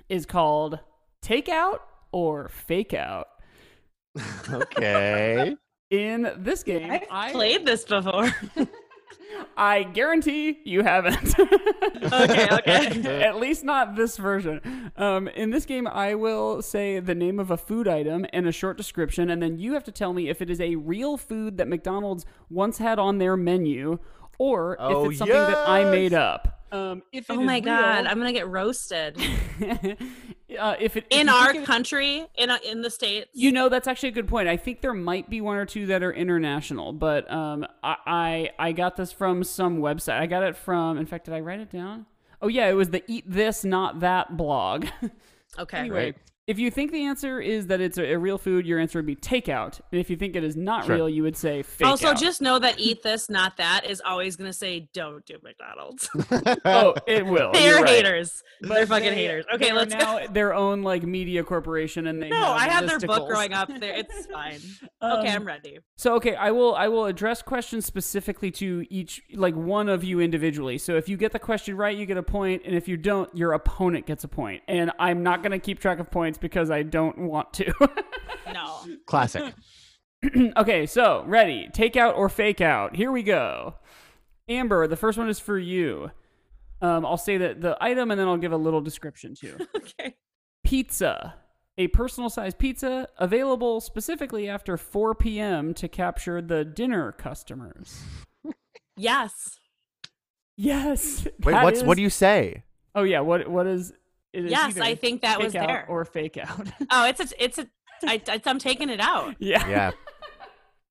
is called Take Out or Fake Out.
Okay.
In this game,
I've
I-
played this before.
I guarantee you haven't.
okay, okay.
At least not this version. Um, in this game, I will say the name of a food item and a short description, and then you have to tell me if it is a real food that McDonald's once had on their menu, or
Oh,
if it's something that I made
yes!
up. Um, if it
Oh
is
my
real-
god, I'm gonna get roasted
uh, if it if
in
you
our
think it-
country, in a- in the states.
you know that's actually a good point. I think there might be one or two that are international, but um, I, I I got this from some website. I got it from. In fact, did I write it down? Oh yeah, it was the Eat This Not That blog.
okay,
anyway, if you think the answer is that it's a, a real food, your answer would be takeout. And if you think it is not
Sure.
real, you would say fake
Also,
out.
just know that eat this, not that is always gonna say don't do McDonald's.
oh, it will.
They're
You're right.
haters. They're fucking
They-
haters. Okay,
they are
let's go.
now Their own like media corporation, and they
No, I had their book
listicles.
growing up. There, it's fine.
Um,
Okay, I'm ready.
So okay, I will I will address questions specifically to each like one of you individually. So if you get the question right, you get a point, and if you don't, your opponent gets a point. And I'm not going to keep track of points because I don't want to.
No,
Classic.
okay, so ready. Take out or fake out. Here we go. Amber, the first one is for you. Um, I'll say that the item and then I'll give a little description too.
okay.
pizza, a personal sized pizza available specifically after 4 p.m. to capture the dinner customers.
Yes,
Yes.
Wait,
that
what's what
is-
do you say?
Oh yeah, what what is it is
yes,
either
I think that
fake
was
out
there.
or fake out.
Oh, it's a, it's a, I, I, am taking it out.
Yeah.
Yeah.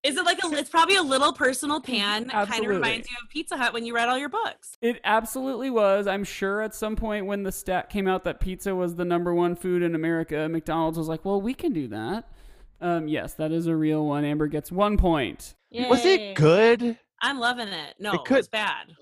Is it like a? It's probably a little personal pan. Kind of
Mm-hmm. Absolutely.
reminds you of Pizza Hut when you read all your books.
It absolutely was. I'm sure at some point when the stat came out that pizza was the number one food in America, McDonald's was like, well, we can do that. Um, yes, that is a real one. Amber gets one point.
Was it good?
I'm loving it. No,
It
it,
could-
was bad.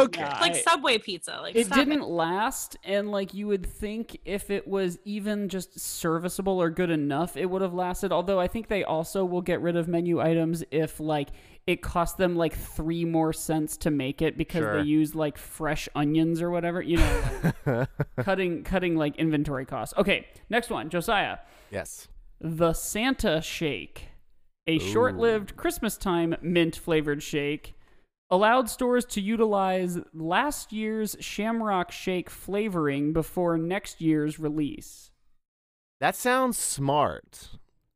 okay.
Yeah.
It's like
I-
Subway pizza. Like
It
stop
didn't last, and like you would think if it was even just serviceable or good enough, it would have lasted. Although I think they also will get rid of menu items if like it cost them like three more cents to make it because
Sure.
they used like fresh onions or whatever, you know, like, cutting cutting like inventory costs. Okay, next one, Josiah.
Yes.
The Santa Shake, a short lived Christmas time mint flavored shake, allowed stores to utilize last year's Shamrock Shake flavoring before next year's release.
That sounds smart.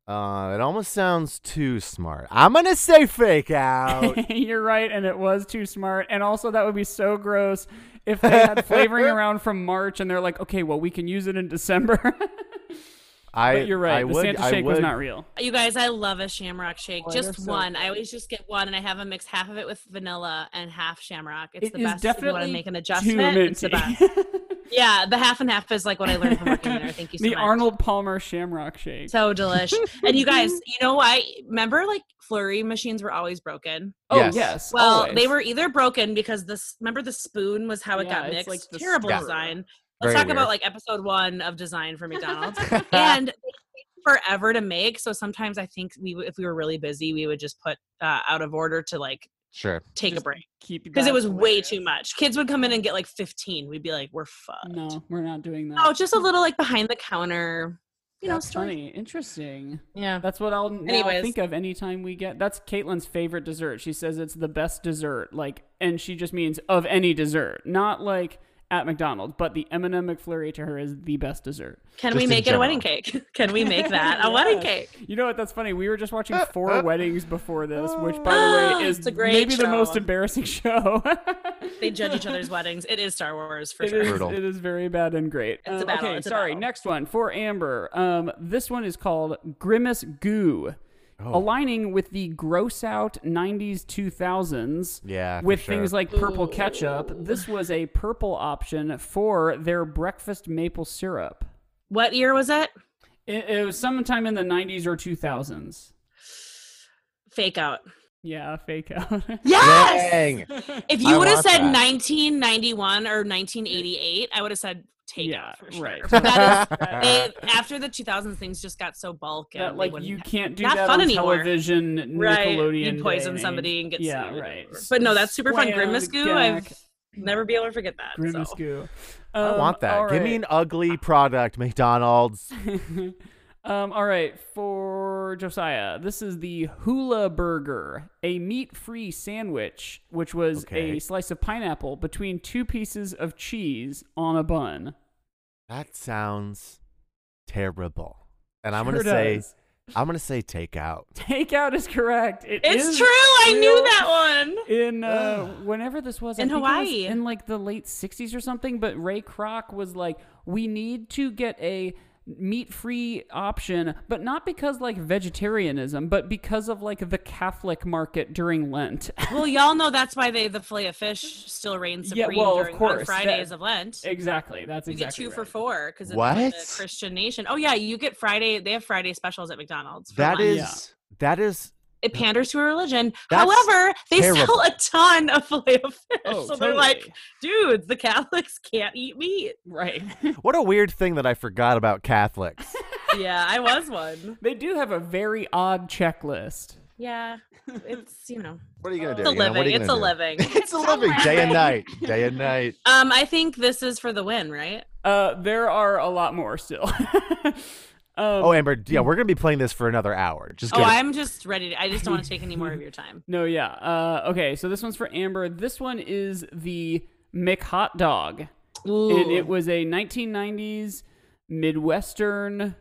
Uh, it almost sounds too smart. I'm gonna say fake out.
You're right, and it was too smart. And also, that would be so gross if they had flavoring around from March and they're like, okay, well, we can use it in December.
I.
but you're right.
I
the
would,
Santa
I
Shake was
would-
not real.
it. You guys, I love a Shamrock Shake.
Oh, they're
just
so
one. I always just get one, and I have a mix half of it with vanilla and half Shamrock. It's
It
the
is
best. if you want
definitely
to make an
too
adjustment, it's the
minty.
best. yeah, the half and half is like what I learned from working there. Thank you so
the
much.
Arnold Palmer Shamrock Shake.
So delish. and you guys, you know, I remember like flurry machines were always broken.
oh,
Yes.
yes.
Well,
always.
they were either broken because this, remember the spoon was how it
Yeah,
got
it's
mixed?
like the
Terrible
Yeah.
design. Let's
Very
talk
weird.
about like episode one of design for McDonald's. and they take forever to make. So sometimes I think we, w- if we were really busy, we would just put uh, out of order to like
Sure.
take
Just
a break
keep
because
that
it was way
hilarious.
too much. Kids would come in and get like 15. We'd be like, we're fucked.
No, we're not doing that.
Oh, just a little like behind the counter, you know,
That's
story.
funny. Interesting.
Yeah.
That's what I'll now
Anyways.
think of anytime we get. That's Caitlin's favorite dessert. She says it's the best dessert, like, and she just means of any dessert, not like at McDonald's, but the M&M McFlurry to her is the best dessert.
Can
Just
we
in
make it a
general.
wedding cake? Can we make that a
Yes.
wedding cake?
You know what? That's funny. We were just watching four weddings before this, which, by the way, is
It's a great
maybe the
show.
most embarrassing show.
They judge each other's weddings. It is Star Wars for
It
sure.
is-
Brutal.
it is very bad and great.
It's a
Um,
battle,
Okay,
it's a
sorry.
battle.
Next one for Amber. Um, this one is called Grimace Goo,
Oh.
aligning with the gross out '90s 2000s.
Yeah, for
with
sure.
things like purple ketchup. This was a purple option for their breakfast maple syrup.
What year was it?
It, it was sometime in the '90s or 2000s.
Fake out.
Yeah, fake out.
Yes.
Dang.
If
I
you would have
want
said
that.
1991 or 1988, I would have said take
Yeah,
out for sure.
right.
That is, they- after the 2000s, things just got so bulk and
that
they
like
wouldn't
you
have-
can't do
Not
that
fun
on
anymore.
television.
Right,
Nickelodeon.
you'd
day
poison
and age.
somebody and get
yeah,
sued or
right.
whatever. But no, that's super fun.
Squam,
Grimace goo. I've
gack.
never be able to forget that.
Grimace
so.
goo.
I
Um,
want that.
all
Give me an ugly product, McDonald's.
Um, all right, for Josiah, this is the Hula Burger, a meat free sandwich, which was
Okay.
a slice of pineapple between two pieces of cheese on a bun.
That sounds terrible. And I'm
Sure
gonna say
does.
I'm gonna say takeout.
Takeout is correct. It
It's
is
true. I knew
real.
that one.
In uh, whenever this was, I
In
think it was
Hawaii.
in like the late '60s or something. But Ray Kroc was like, "We need to get a meat-free option, but not because like vegetarianism, but because of like the Catholic market during Lent."
Well, y'all know that's why they the fillet of fish still reigns
Yeah,
supreme
well, of
during, on
course,
Fridays
that-
of Lent.
exactly. That's
you get
exactly.
two for
right.
four because it's
What?
a Christian nation. Oh yeah, you get Friday. They have Friday specials at McDonald's. for
That
lunch.
is
Yeah.
that is
it panders to a religion.
That's
However, they
terrible.
sell a ton of fillet of fish,
Oh,
so they're like,
totally.
dudes, the Catholics can't eat meat.
right.
what a weird thing that I forgot about Catholics.
yeah, I was one.
they do have a very odd checklist.
Yeah, it's you know,
What are you gonna do?
it's a
You know, what
living.
are you
it's a
gonna do?
living.
It's a living. Day and night. Day and night.
Um, I think this is for the win, right?
Uh, there are a lot more still. um,
Oh, Amber, yeah, we're gonna be playing this for another hour. Just
Oh,
kidding.
I'm just ready. To, I just don't want to take any more of your time.
No, yeah. Uh, okay, so this one's for Amber. This one is the McHot Dog. It, it was a 1990s Midwestern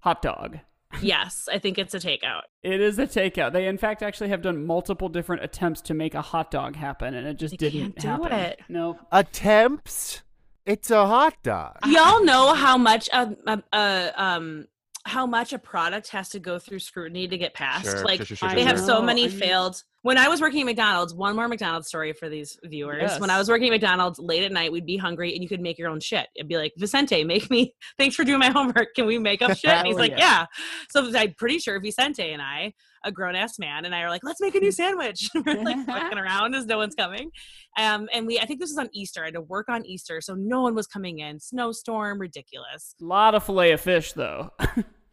hot dog.
yes, I think it's a takeout.
It is a takeout. They, in fact, actually have done multiple different attempts to make a hot dog happen, and it just
They
didn't
can't do
happen.
it.
No.
attempts. It's a hot dog.
Y'all know how much a, a, a um how much a product has to go through scrutiny to get passed.
Sure,
like
sure, sure, sure,
they have
sure.
so
know.
many
Are you-
failed. When I was working at McDonald's, one more McDonald's story for these viewers.
Yes.
When I was working at McDonald's late at night, we'd be hungry and you could make your own shit. It'd be like, Vicente, make me, thanks for doing my homework. Can we make up shit? And he's
Hell
like, yeah.
yeah.
So I'm pretty sure Vicente and I, a grown ass man, and I are like, let's make a new sandwich. We're like fucking around as no one's coming. Um, and we, I think this was on Easter. I had to work on Easter. So no one was coming in. Snowstorm, ridiculous
lot of fillet of fish though.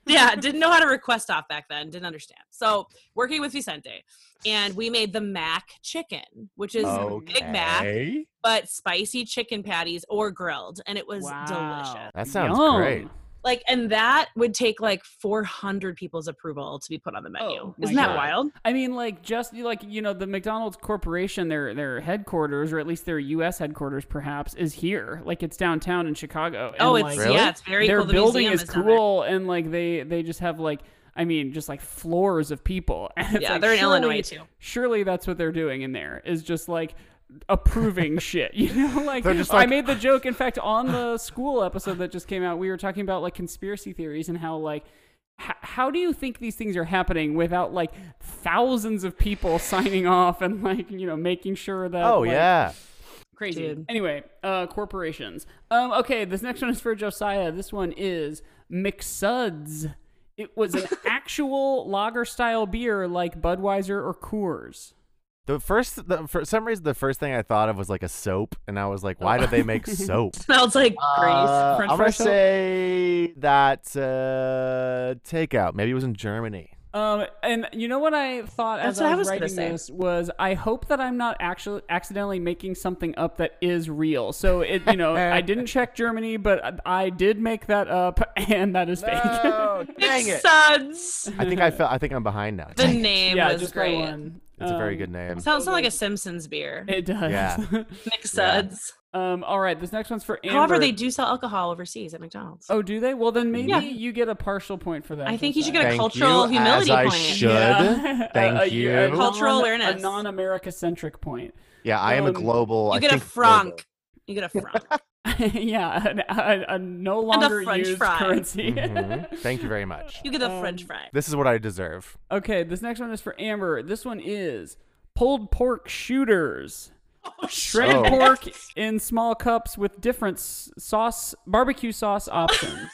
yeah, didn't know how to request off back then, didn't understand. So working with Vicente, and we made the Mac chicken, which is Big Mac,
Okay.
but spicy chicken patties or grilled, and it was delicious.
That sounds
Yum.
great.
Like, and that would take like 400 people's approval to be put on the menu.
Oh, my
Isn't that
God.
wild?
I mean, like just like you know, the McDonald's Corporation, their their headquarters, or at least their U.S. headquarters, perhaps, is here. Like it's downtown in Chicago. And,
oh,
like,
it's
Really?
yeah, it's very
their
cool. The
building
museum
is
down there.
cool, and like they they just have like I mean, just like floors of people. And it's
Yeah,
like,
they're in
surely-
Illinois too.
Surely that's what they're doing in there is just like approving shit you know like,
They're just
i
like-
made the joke in fact on the school episode that just came out we were talking about like conspiracy theories and how like h- how do you think these things are happening without like thousands of people signing off and like you know making sure that
Oh
like,
yeah.
crazy.
Dude.
Anyway, uh, corporations. Um, okay, this next one is for Josiah. This one is McSuds. It was an actual lager style beer like Budweiser or Coors.
The first, the, for some reason, the first thing I thought of was like a soap, and I was like, why do
Oh.
they make soap?
Smells like
Uh,
grease.
I'm gonna
fries soap?
say that uh, takeout. Maybe it was in Germany.
Um, and you know what I thought
That's
as
what I
I was
was gonna
writing
say.
this was I hope that I'm not actually accidentally making something up that is real. So it, you know, I didn't check Germany, but I I did make that up, and that is fake.
dang it!
Suds.
I think I felt. I think I'm behind now.
The
Dang it.
name
yeah,
was
just by
great.
one.
It's a very
Um,
good name.
Sounds like a Simpsons beer.
It does.
Yeah.
Nick Suds.
um. All right. This next one's for Amber.
However, they do sell alcohol overseas at McDonald's.
Oh, do they? Well, then maybe
Yeah.
you get a partial point for that.
I think you should
Josiah.
get a
Thank
cultural
you,
humility
as I
point.
should.
Yeah.
Thank
a, a-
you.
a
Cultural
non-
awareness.
A non-America centric point.
Yeah, I am a
Um,
global.
You
I
get a
think
franc.
global.
You get a franc.
yeah, an- a, a no longer
French
used
fry.
currency.
Mhm. Thank you very much.
You get a
Um,
French fry.
This is what I deserve.
Okay, this next one is for Amber. This one is pulled pork shooters. Shredded
shit.
pork in small cups with different s- sauce, barbecue sauce options.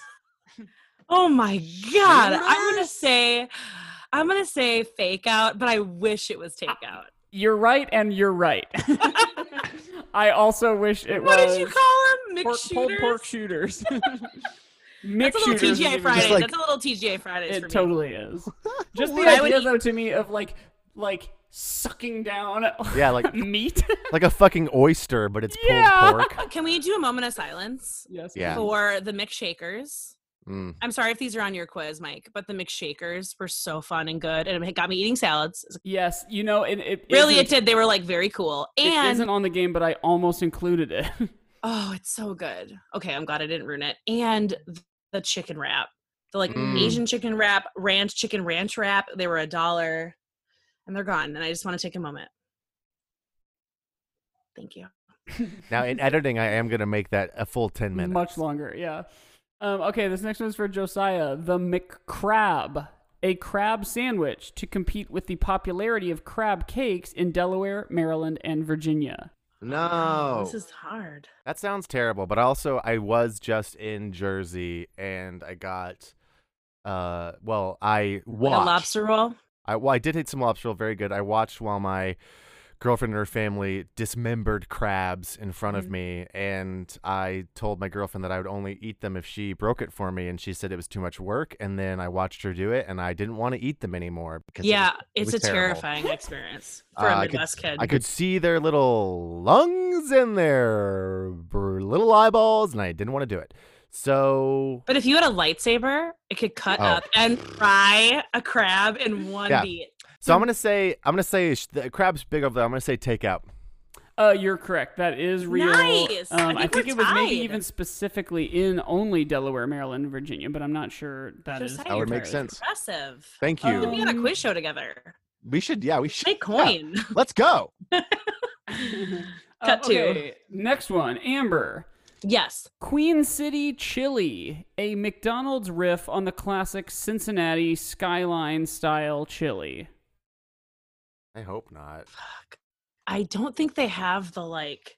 Oh my god! I'm gonna say, I'm gonna say fake out, but I wish it was takeout.
you're right, and you're right. I also wish it
What
was.
did you call them?
pork, pulled
McShooters.
pork shooters. Mix
That's a little TGI Fridays.
like-
That's a little TGI Fridays for
It
me.
totally is. Just the
Why would
idea,
you-
though, to me of like, like sucking down
Yeah, like
meat.
like a fucking oyster, but it's
Yeah.
pulled pork.
Oh, Can we do a moment of silence
yes.
Yeah.
for the McShakers?
Mm.
I'm sorry if these are on your quiz, Mike, but the McShakers were so fun and good, and it got me eating salads.
Yes. You know, it, it
Really,
isn't-
it did. They were like very cool,
it
and
isn't on the game, but I almost included it.
Oh, it's so good. Okay, I'm glad I didn't ruin it. And th- the chicken wrap, the like
Mm.
Asian chicken wrap, ranch chicken ranch wrap. They were a dollar, and they're gone. And I just want to take a moment. Thank you.
Now in editing, I am gonna make that a full ten minutes.
Much longer. Yeah. Um, okay. This next one is for Josiah. The McCrab, a crab sandwich to compete with the popularity of crab cakes in Delaware, Maryland, and Virginia.
No,
Oh, this is hard.
that sounds terrible. But also, I was just in Jersey, and I got. Uh, well, I
Like
watched.
A lobster roll.
I well, I did eat some lobster roll, very good. I watched while my girlfriend and her family dismembered crabs in front
Mm-hmm.
of me, and I told my girlfriend that I would only eat them if she broke it for me, and she said it was too much work. And then I watched her do it, and I didn't want to eat them anymore because it was-
Yeah,
it
it's
was
a
terrible.
terrifying experience for
Uh,
a
I could-
Midwest kid.
I could see their little lungs and their br- little eyeballs, and I didn't want to do it. So
but if you had a lightsaber, it could cut
Oh.
up and fry a crab in one
Yeah.
beat.
so I'm gonna say I'm gonna say sh- the crab's big over there. I'm gonna say takeout.
Uh, you're correct. That is real.
Nice. I
Um, I
think
think
we're
it was maybe
tied.
even specifically in only Delaware, Maryland, and Virginia, but I'm not sure that is.
Josiah,
That would
you're
make
very
sense.
Impressive.
Thank
Um,
you.
We got a quiz show together.
we should. Yeah, we should.
Oh, Make coin.
Let's go.
Uh,
Cut to.
Oh, Next one, Amber.
Yes.
Queen City Chili, a McDonald's riff on the classic Cincinnati skyline style chili.
I hope not.
Fuck. I don't think they have the like.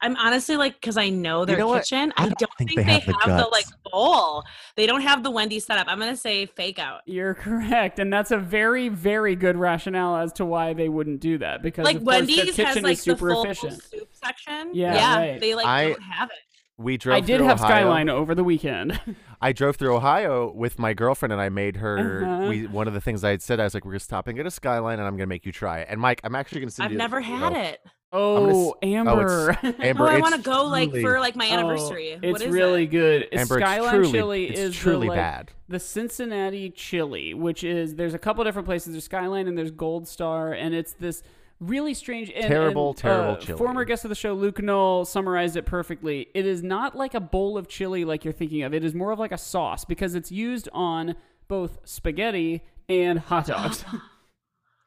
I'm honestly like because I know their
know what?
kitchen. I don't, think, they have, the, like
guts.
bowl. They don't have the Wendy's setup. I'm gonna say fake out.
You're correct, and that's a very, very good rationale as to why they wouldn't do that because
Like
of course, their
Wendy's
kitchen
has like
is super
the full
efficient.
soup section.
Yeah, right.
they like
I-
don't have it.
We drove.
I did
through
have
Ohio.
Skyline over the weekend.
I drove through Ohio with my girlfriend, and I made her.
Uh-huh.
We, one of the things I had said, I was like, "We're stopping at a skyline, and I'm gonna make you try it." And Mike, I'm actually gonna send
I've
you.
never had it.
oh,
gonna s- oh,
Amber!
Amber,
oh, I
it's
want to go like
truly-
for like my
Oh,
anniversary.
it's
what is
really
it?
good.
Amber, it's
Skyline
truly,
Chili
it's
is the,
truly
like,
bad.
the Cincinnati chili, which is there's a couple different places. There's Skyline and there's Gold Star, and it's this really strange, and,
Terrible,
and,
terrible
uh,
chili.
Former guest of the show Luke Knoll summarized it perfectly. It is not like a bowl of chili like you're thinking of. It is more of like a sauce because it's used on both spaghetti and hot dogs.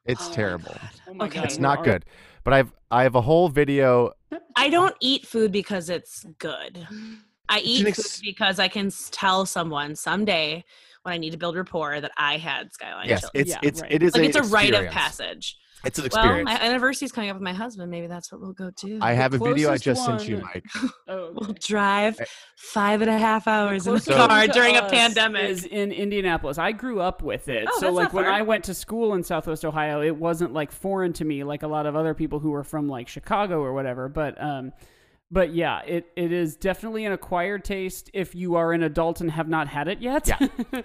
It's terrible.
Oh my
Okay.
God,
It's
It's
you
not
are-
good. But I've I have a whole video.
I don't eat food because it's good. I eat
an
food
ex-
because I can s- tell someone someday when I need to build rapport that I had skyline.
Yes,
chili.
it's
Yeah,
it's
right.
it is
like
a
it's a rite of
experience.
passage.
It's an
Well,
experience.
my anniversary's coming up with my husband. Maybe that's what we'll go do.
I have a video I
closest
just sent you,
one-
Mike.
Oh,
We'll
okay.
drive five and a half hours in the
Closest
So-
car
one to
during a
us
pandemic.
is in Indianapolis. I grew up with it,
Oh,
so
that's
like
not
when
far.
I went to school in Southwest Ohio, it wasn't like foreign to me, like a lot of other people who were from like Chicago or whatever. But um, but yeah, it it is definitely an acquired taste if you are an adult and have not had it yet.
Yeah.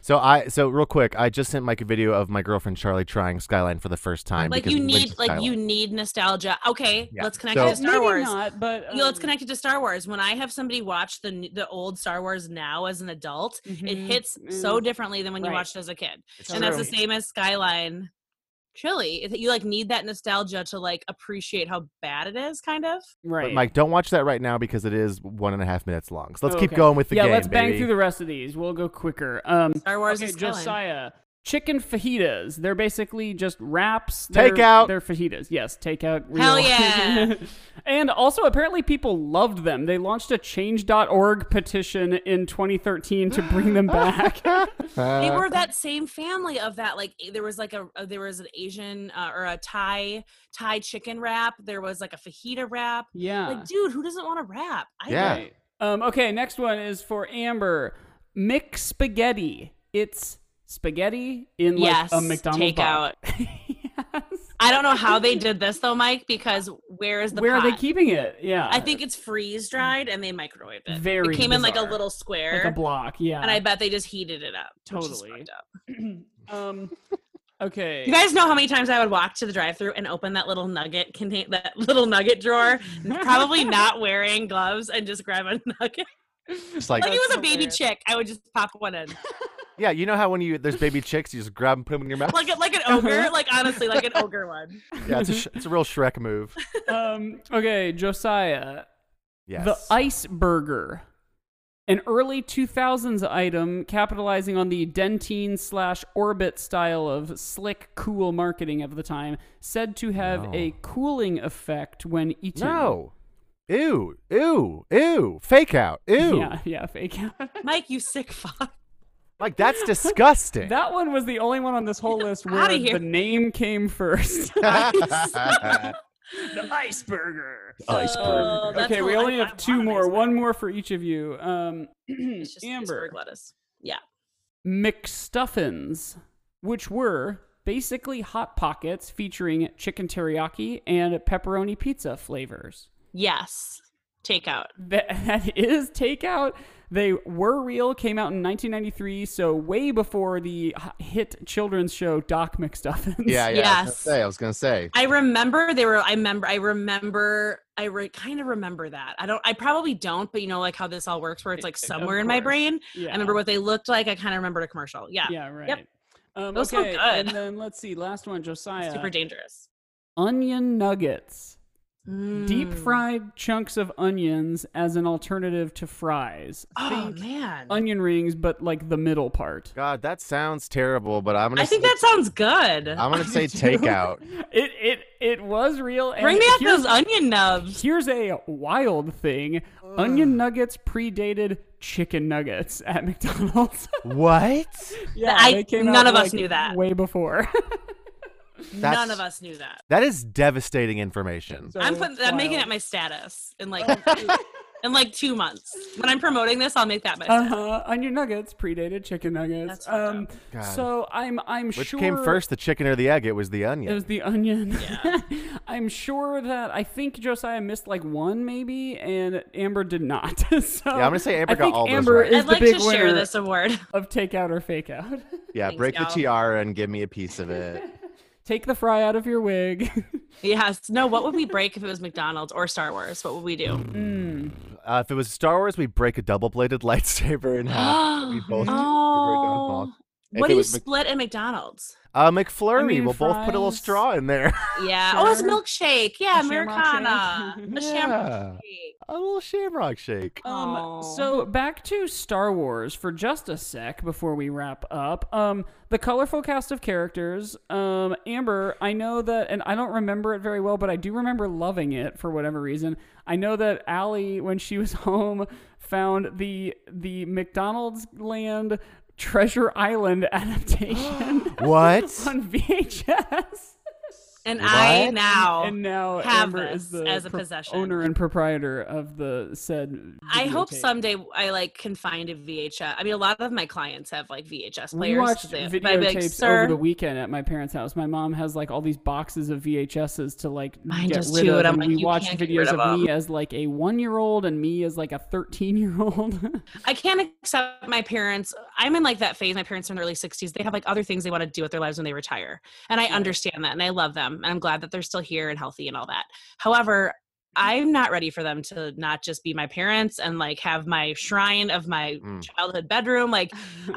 So I so real quick, I just sent Mike a video of my girlfriend Charlie trying Skyline for the first time.
like
because
you
we went
need,
to
like you
Skyline.
need nostalgia. Okay,
Yeah.
let's connect
So-
it to Star
Maybe
Wars.
not, but
Yeah, let's
um,
connect it to Star Wars. When I have somebody watch the n- the old Star Wars now as an adult, it
mhm,
hits
mm,
so differently than when you
Right.
watched it as a kid.
It's
and that's
true.
the same as Skyline Chili. Is that You like need that nostalgia to like appreciate how bad it is, kind of.
right.
But Mike, don't watch that right now because it is one and a half minutes long. So let's
Oh,
keep
okay.
going with the
yeah,
game.
let's bang
baby.
through the rest of these. We'll go quicker. Um,
Star Wars
okay,
is Skyline.
Josiah. Chicken fajitas. They're basically just wraps. They're-
Takeout.
They're fajitas. Yes, takeout. Real.
Hell yeah.
and also, apparently, people loved them. They launched a change.org petition in 2013 to bring them back.
They
Uh,
were that same family of that. Like a- there was like a a- there was an Asian uh, or a Thai Thai chicken wrap. There was like a fajita wrap.
yeah.
Like, dude, who doesn't want to wrap? I
Yeah.
would.
Um, okay, next one is for Amber. Mick spaghetti. It's spaghetti in like
Yes,
a McDonald's box. yes.
I don't know how they did this though, Mike. Because where is the
Where are they
pot?
keeping it? Yeah.
I think it's freeze dried and they microwaved it.
Very
it came in like a
bizarre.
little square,
like a block. Yeah.
and I bet they just heated it up. which is
Totally.
fucked up.
um, okay.
You guys know how many times I would walk to the drive-through and open that little nugget contain that little nugget drawer, probably not wearing gloves, and just grab a nugget.
It's like,
Like it was a baby
hilarious.
chick, I would just pop one in,
yeah, you know how when you there's baby chicks, you just grab them, put them in your mouth.
like a- like an
Uh-huh.
ogre, like honestly, like an ogre one.
yeah, it's a, sh- it's a real Shrek move.
um, okay, Josiah.
Yes.
The ice burger, an early 2000s item capitalizing on the dentine slash orbit style of slick, cool marketing of the time, said to have
No.
a cooling effect when eaten.
no. Ew, ew, ew. Fake out. Ew.
Yeah, yeah, fake.
Mike, you sick fuck.
Like that's disgusting.
that one was the only one on this whole list where
outta here.
the name came first. the ice burger.
Oh, that's
okay, we
all-
only
I- I
have two
want an
more.
iceberg.
One more for each of you. Um,
It's just
Amber.
iceberg lettuce. Yeah.
McStuffins, which were basically hot pockets featuring chicken teriyaki and pepperoni pizza flavors.
Yes. Takeout.
That, that is takeout. They were real, came out in 1993, so way before the h- hit children's show Doc McStuffins.
yeah, yeah. I was gonna
Yes.
say. I was gonna say.
I remember they were. I remember. I remember. I re- kind of remember that. I don't. I probably don't. But you know, like how this all works, where it's like
Of
somewhere in my
course.
brain.
Yeah.
I remember what they looked like. I kind of remembered a commercial. Yeah.
Yeah, right.
Yep.
Um,
Those
okay,
sound good.
and then let's see, last one, Josiah.
Super dangerous.
Onion nuggets.
Mm.
Deep
Hmm.
fried chunks of onions as an alternative to fries.
Oh
Think
man.
onion rings, but like the middle part.
God, that sounds terrible, but I'm gonna.
I think
say-
that sounds good.
I'm gonna say takeout.
It it it was real. And
Bring me up
here's-
those onion nubs.
Here's a wild thing: onion nuggets predated chicken nuggets at McDonald's.
what?
yeah,
I-
they came
none
out,
of us
like,
knew that.
way before.
None of us knew that.
That is devastating information.
So
I'm putting. I'm making
wild.
it my status in like in like two months. When I'm promoting this, I'll make that my.
Uh
status.
huh. Onion nuggets predated chicken nuggets.
That's fucked
um,
God.
so I'm I'm
Which
sure
came first, the chicken or the egg? It was the onion.
It was the onion. I'm sure that I think Josiah missed like one maybe, and Amber did not. so
Yeah, I'm gonna say Amber
I
got
think
all those
Amber
right.
is
I'd
the
like
big
to
winner
share this award.
of takeout or fake out.
yeah,
Thanks,
break the
y'all.
tiara and give me a piece of it.
Take the fry out of your wig.
Yes. No. What would we break if it was McDonald's or Star Wars? What would we do?
Hmm.
Uh, if it was Star Wars, we'd break a double-bladed lightsaber in half. we both.
Oh.
If
What
it
do you
was Mc-
split at McDonald's?
Uh, McFlurry.
I mean,
we'll both put a little
fries.
straw in there.
Yeah. Oh, it's
Sure.
milkshake. Yeah,
A shamrock shake.
Americana.
Yeah.
A shamrock shake. Oh,
a little shamrock shake.
Um,
Aw.
so back to Star Wars for just a sec before we wrap up. Um, the colorful cast of characters. Um, Amber, I know that, and I don't remember it very well, but I do remember loving it for whatever reason. I know that Allie, when she was home, found the the McDonald's Land Treasure Island adaptation
What?
on VHS,
And
What?
I now.
and now
Have
Amber is
this
the
as a
pro-
possession.
owner and proprietor of the said.
I hope
videotape.
someday I like can find a VHS. I mean, a lot of my clients have like VHS
We
players.
watched
They- but I'd be like,
videotapes
"Sir,
over the weekend at my parents' house. My mom has like all these boxes of VHSs to like
Mine
get
does
rid
too,
of,
and I'm like,
we
"You
watched
can't get
videos
rid
of,
of
me as like a one-year-old and me as like a thirteen-year-old.
I can't accept my parents. I'm in like that phase. My parents are in their early 60s. They have like other things they want to do with their lives when they retire. And I understand that and I love them. And I'm glad that they're still here and healthy and all that. However, I'm not ready for them to not just be my parents and like have my shrine of my
Mm.
childhood bedroom. Like,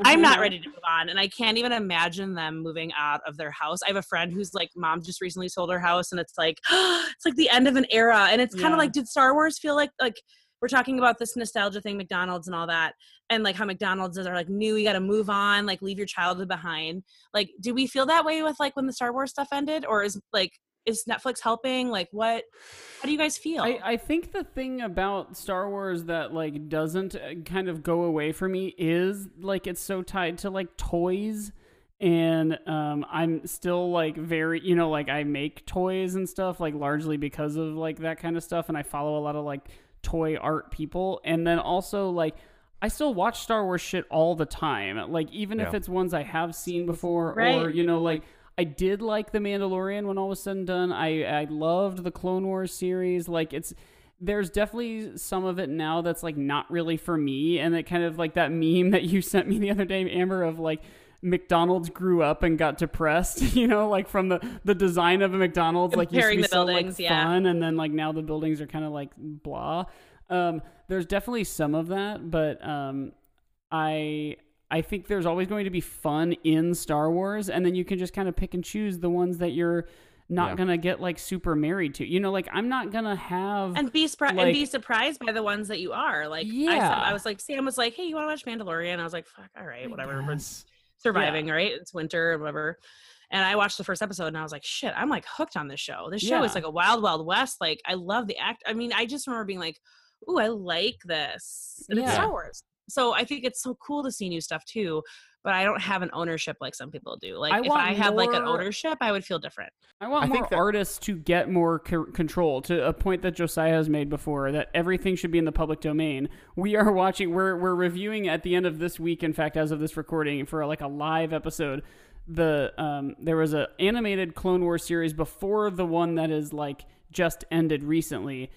I'm not ready to move on. And I can't even imagine them moving out of their house. I have a friend who's like, mom just recently sold her house, and it's like, it's like the end of an era. And it's kind
Yeah.
of like, did Star Wars feel like, like, we're talking about this nostalgia thing, McDonald's and all that, and like how McDonald's are like new, you got to move on, like leave your childhood behind. Like, do we feel that way with like when the Star Wars stuff ended, or is like is Netflix helping? Like, what? How do you guys feel?
I, I think the thing about Star Wars that like doesn't uh, kind of go away for me is like it's so tied to like toys and um I'm still like very you know like I make toys and stuff like largely because of like that kind of stuff and I follow a lot of like toy art people and then also like I still watch Star Wars shit all the time like even if
Yeah.
it's ones I have seen before or
Right.
you know like I did like The Mandalorian when all was said and done. I I loved the Clone Wars series. Like it's there's definitely some of it now that's like not really for me and it kind of like that meme that you sent me the other day Amber of like McDonald's grew up and got depressed, you know, like from the the design of a McDonald's like used to
Comparing
be
the
so like
buildings, yeah.
fun and then like now the buildings are kind of like blah. Um there's definitely some of that, but um I I think there's always going to be fun in Star Wars, and then you can just kind of pick and choose the ones that you're not
Yeah.
gonna get like super married to. You know, like I'm not gonna have.
and be surprised
like-
and be surprised by the ones that you are like I, said,
Yeah.
I was like sam was like hey you want to watch mandalorian i was like fuck all right whatever we're
Yes.
surviving right it's winter and whatever and i watched the first episode and i was like shit i'm like hooked on this show this show
Yeah.
is like a wild wild west like i love the act i mean i just remember being like ooh i like this and it's
Yeah.
star wars so i think it's so cool to see new stuff too but i don't have an ownership like some people do like
I
if
want
i had like an
more-
ownership i would feel different
I want
I
more
think that-
artists to get more c- control to a point that Josiah has made before that everything should be in the public domain. We are watching we're we're reviewing at the end of this week in fact as of this recording for like a live episode the um there was a animated Clone Wars series before the one that is like just ended recently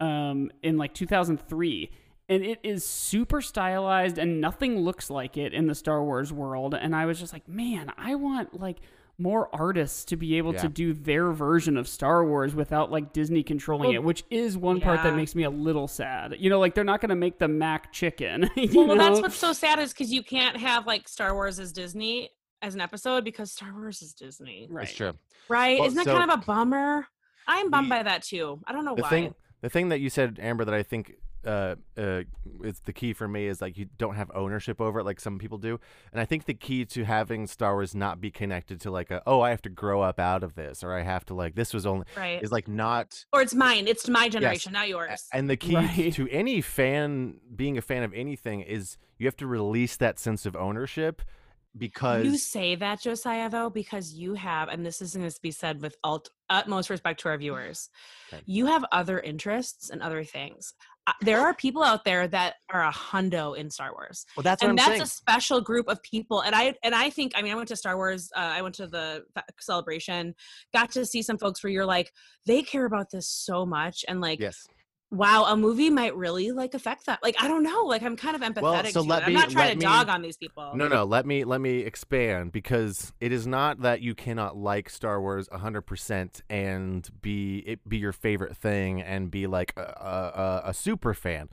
um, in like 2003. And it is super stylized and nothing looks like it in the Star Wars world. And I was just like, man, I want like more artists to be able to
Yeah.
do their version of Star Wars without like Disney controlling
Well,
it, which is one part that
yeah.
makes me a little sad. You know, like they're not going to make the Mac chicken. you
Well, well, that's
know?
what's so sad is because you can't have like Star Wars as Disney as an episode because Star Wars is Disney,
right.
It's true.
right?
Well,
Isn't that
so-
kind of a bummer? I'm bummed
The-
by that too. I don't know
the
why.
thing the thing that you said amber that i think uh, uh, is the key for me is like you don't have ownership over it like some people do and i think the key to having star wars not be connected to like a, oh i have to grow up out of this or i have to like this was only
right.
is like not
or it's mine. It's my generation, not
a-
yours.
and the key
Right.
to any fan being a fan of anything is you have to release that sense of ownership because
You say that, Josiah, though, because you have, and this is going to be said with alt- utmost respect to our viewers,
Okay.
you have other interests and other things. Uh, There are people out there that are a hundo in Star Wars,
well that's what
and
i'm
that's
saying
a special group of people. And I and I think, I mean, I went to Star Wars. Uh, I went to the fa- celebration, got to see some folks where you're like, they care about this so much, and like,
yes
wow, a movie might really like affect that. Like, I don't know. Like, I'm kind of empathetic.
so
to
let
it.
me-
I'm not trying
let
to
me-
dog on these people.
No, no. Let me let me expand because it is not that you cannot like Star Wars hundred percent and be it be your favorite thing and be like a, a, a- a super fan.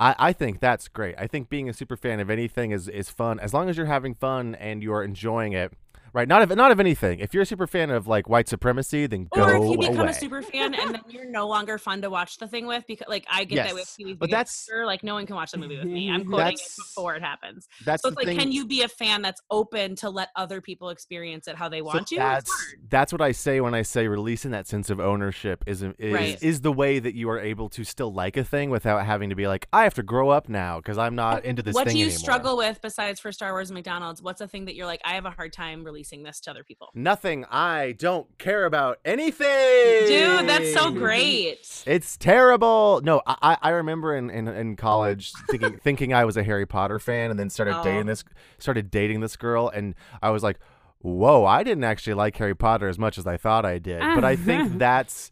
I, I think that's great. I think being a super fan of anything is, is fun as long as you're having fun and you're enjoying it. Right? Not of not of anything. If you're a super fan of like white supremacy, then go
or if you become
away.
a super fan and then you're no longer fun to watch the thing with because like I get that with
Yes,
TV
but that's-
sure, like no one can watch the movie with me. I'm quoting it
That's-
before it happens.
that's
So
the
it's like,
thing.
can you be a fan that's open to let other people experience it how they
So
want to? It's
That's
hard.
that's what I say when I say releasing that sense of ownership is is,
Right.
is the way that you are able to still like a thing without having to be like I have to grow up now because I'm not into this.
What
thing
do you
anymore."
struggle with besides for Star Wars and McDonald's? What's a thing that you're like, I have a hard time releasing this to other people?
Nothing. I don't care about anything.
Dude, that's so great.
It's terrible. No, I I I remember in, in, in college thinking thinking I was a Harry Potter fan, and then started
Oh.
dating this started dating this girl, and I was like, "Whoa, I didn't actually like Harry Potter as much as I thought I did." But I think that's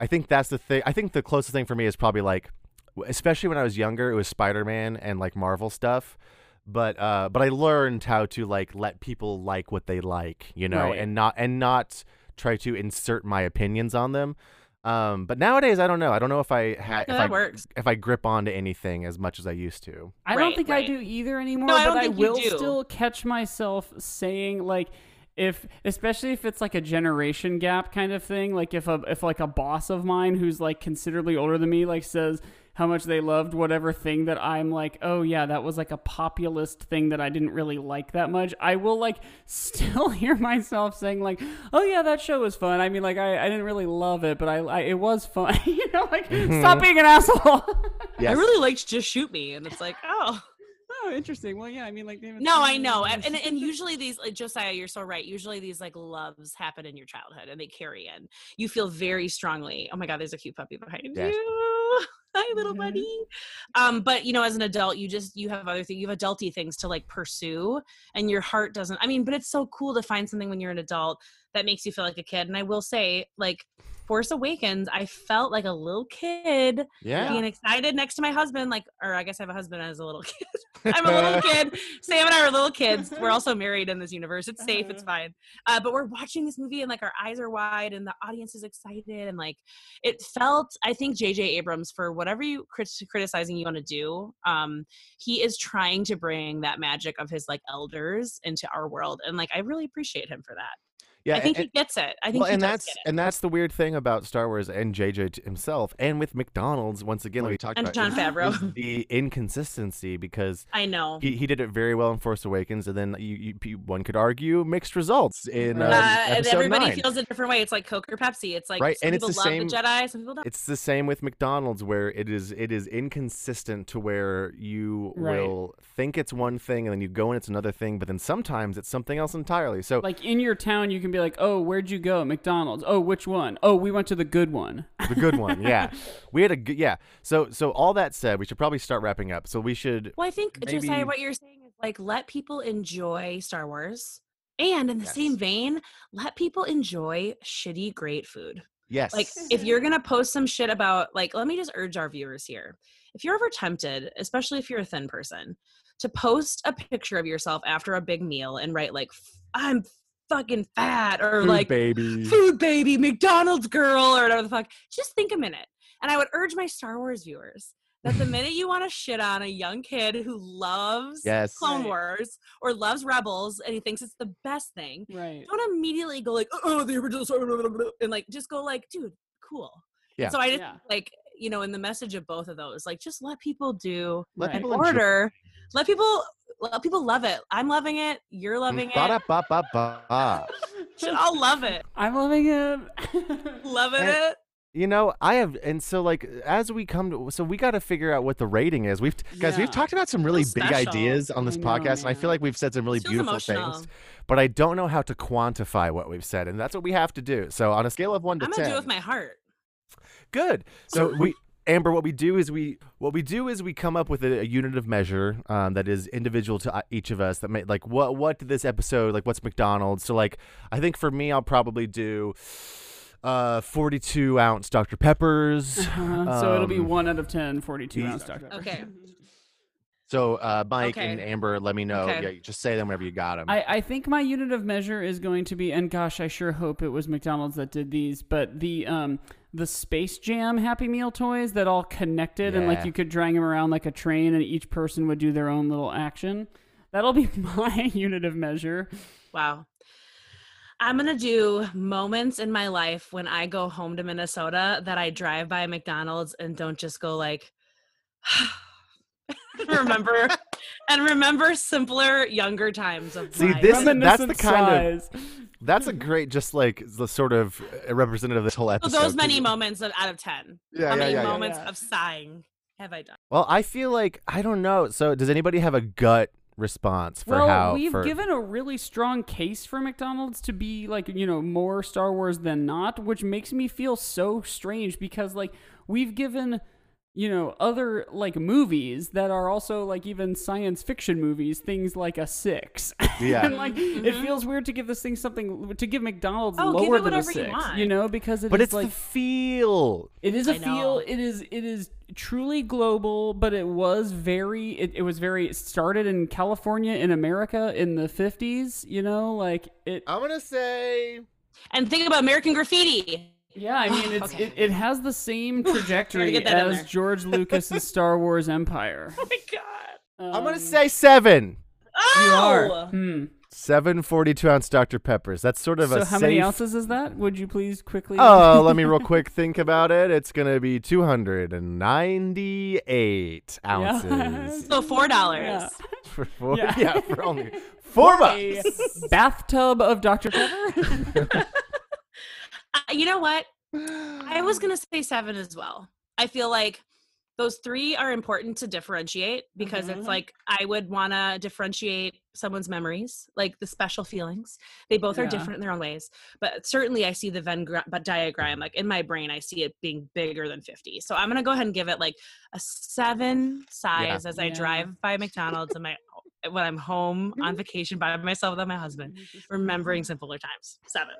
I think that's the thing. I think the closest thing for me is probably like, w- especially when I was younger, it was Spider Man and like Marvel stuff. But uh, but I learned how to like let people like what they like, you know,
Right.
and not and not try to insert my opinions on them. Um, but nowadays, I don't know. I don't know if I ha-
No,
if
that
I
works.
if I grip onto anything as much as I used to.
I don't
Right,
think I
right.
do either anymore,
No, I
but
don't
I
think you
will
do.
still catch myself saying like if especially if it's like a generation gap kind of thing, like if a if like a boss of mine who's like considerably older than me like says how much they loved whatever thing that I'm like, oh yeah, that was like a populist thing that I didn't really like that much. I will like still hear myself saying like, oh yeah, that show was fun. I mean, like I, I didn't really love it, but I, I it was fun. you know, like
Mm-hmm.
stop being an asshole.
Yes.
I really liked Just Shoot Me, and it's like, oh.
Oh, interesting. Well, yeah, I mean, like David.
No, I know, and and, and usually these like, Josiah, you're so right. Usually these like loves happen in your childhood, and they carry in. You feel very strongly. Oh my God, there's a cute puppy behind
Yes.
you. Hi, little
Mhm.
buddy. Um, but you know, as an adult, you just you have other things. You have adulty things to like pursue, and your heart doesn't. I mean, but it's so cool to find something when you're an adult that makes you feel like a kid. And I will say, like Force Awakens, I felt like a little kid
yeah.
being excited next to my husband, like, or I guess I have a husband as a little kid. I'm a little kid. Sam and I are little kids. We're also married in this universe. It's safe. It's fine. Uh, but we're watching this movie and like our eyes are wide and the audience is excited and like it felt. I think J.J. Abrams for whatever you crit- criticizing you want to do, um, he is trying to bring that magic of his like elders into our world and like I really appreciate him for that.
Yeah.
I think
and-
he gets it. I think
well,
he
and
does
that's
get it.
and that's the weird thing about Star Wars and JJ t- himself, and with McDonald's once again, like we talked
And
about
John
is-
Favreau.
is the inconsistency because
I know.
he, he did it very well in Force Awakens, and then you, you, you- one could argue mixed results in
Uh,
um,
uh, and
episode
everybody
nine.
feels a different way. It's like Coke or Pepsi. It's like
Right,
some
and it's
people
the
love the
same-
Jedi, some people don't.
it's the same with McDonald's where it is it is inconsistent to where you
Right.
will think it's one thing and then you go and it's another thing, but then sometimes it's something else entirely. So
Like in your town, you can be like, "Oh, where'd you go? McDonald's. Oh, which one? Oh, we went to the good one."
the good one, yeah. We had a good yeah. So so all that said, we should probably start wrapping up. So we should
Well, I think
maybe-
Josiah, what you're saying is like let people enjoy Star Wars, and in the
Yes.
same vein, let people enjoy shitty great food.
yes.
Like if you're gonna post some shit about like, let me just urge our viewers here. If you're ever tempted, especially if you're a thin person, to post a picture of yourself after a big meal and write like, I'm fucking fat or like
baby.
food baby, McDonald's girl, or whatever the fuck. Just think a minute. And I would urge my Star Wars viewers that the minute you want to shit on a young kid who loves
Yes.
Clone
Right.
Wars or loves Rebels and he thinks it's the best thing,
Right.
"Uh, don't immediately go like, oh, the original Star Wars, blah, blah, blah," and like just go like, dude, cool.
Yeah.
So I just
Yeah.
like you know in the message of both of those, like just let people do
Let
Right.
an
people enjoy-
order. Let people let people love it. I'm loving it. You're loving it.
Ba-da-ba-ba-ba.
Should all love it.
I'm loving it.
Loving
And-
it.
You know, I have, and so like as we come to, so we got to figure out what the rating is. We've guys,
Yeah.
we've talked about some really
Feels
big
special.
ideas on this
I know,
podcast, and I feel
man.
like we've said some really
Feels
beautiful
emotional.
things. But I don't know how to quantify what we've said, and that's what we have to do. So on a scale of one to
I'm
ten,
gonna do it with my heart.
good. So we. Amber, what we do is we what we do is we come up with a, a unit of measure um, that is individual to uh, each of us. That may like what what did this episode like? What's McDonald's? So like I think for me, I'll probably do uh, forty two ounce Dr Peppers.
Uh, so it'll be
Um,
one out of 10, 42
these-
ounce Dr. Pepper.
Okay.
So, uh, Mike
Okay.
and Amber, let me know.
Okay.
Yeah, just say them whenever you got them.
I, I think my unit of measure is going to be, and gosh, I sure hope it was McDonald's that did these, but the um the Space Jam Happy Meal toys that all connected and like
Yeah.
you could drag them around like a train, and each person would do their own little action. That'll be my unit of measure.
Wow. I'm gonna do moments in my life when I go home to Minnesota that I drive by McDonald's and don't just go like remember and remember simpler, younger times of
See,
life.
this is- that's the
Reminiscent
kind
size.
That's a great, just like the sort of uh, representative of this whole
So
episode.
those
'cause
many
it-
moments of, out of ten.
Yeah,
How
yeah,
many
yeah, yeah.
moments
Yeah.
of sighing have I done?
Well, I feel like I don't know. So, does anybody have a gut response for
well,
how?
we've
for-
given a really strong case for McDonald's to be like, you know, more Star Wars than not, which makes me feel so strange because like we've given you know other like movies that are also like even science fiction movies things like a six
Yeah.
and like it feels weird to give this thing something to give mcdonald's
Mm-hmm. Oh, give
lower
it
than a
whatever you
six
want.
know because it
but
is,
it's
like
the feel.
it is a
I know.
feel. It is it is truly global, but it was very it, it was very it started in California in America in the fifties, you know, like it
I'm gonna say.
And think about American graffiti.
yeah, I mean it's
Okay.
it, it has the same trajectory
get that in
as
there.
George Lucas's Star Wars Empire.
Oh my god.
I'm gonna
Um,
say seven.
Oh
you are. Hmm.
Seven 42 ounce Dr Peppers. That's sort of
So
a
how many
safe-
ounces is that? Would you please quickly
Oh, let me real quick think about it. It's gonna be 298 ounces.
So four dollars.
Yeah.
for four,
Yeah.
yeah. for only four
A
bucks.
bathtub of Dr. Pepper?
Uh, you know what? I
Mm.
was gonna say seven as well. I feel like those three are important to differentiate because it's
Mhm.
like I would wanna differentiate someone's memories, like the special feelings. They both are
Yeah.
different in their own ways, but certainly I see the Venn gra- but diagram. Like in my brain, I see it being bigger than fifty. So I'm gonna go ahead and give it like a seven size as I
Yeah.
drive by McDonald's and my when I'm home on vacation by myself without my husband, remembering simpler times. Seven.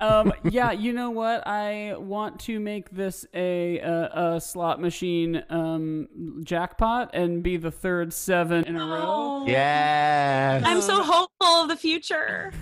um, yeah, you know what? I want to make this a a, a slot machine um, jackpot and be the third seven in a row.
Oh.
Yes.
I'm
Um,
so hopeful of the future.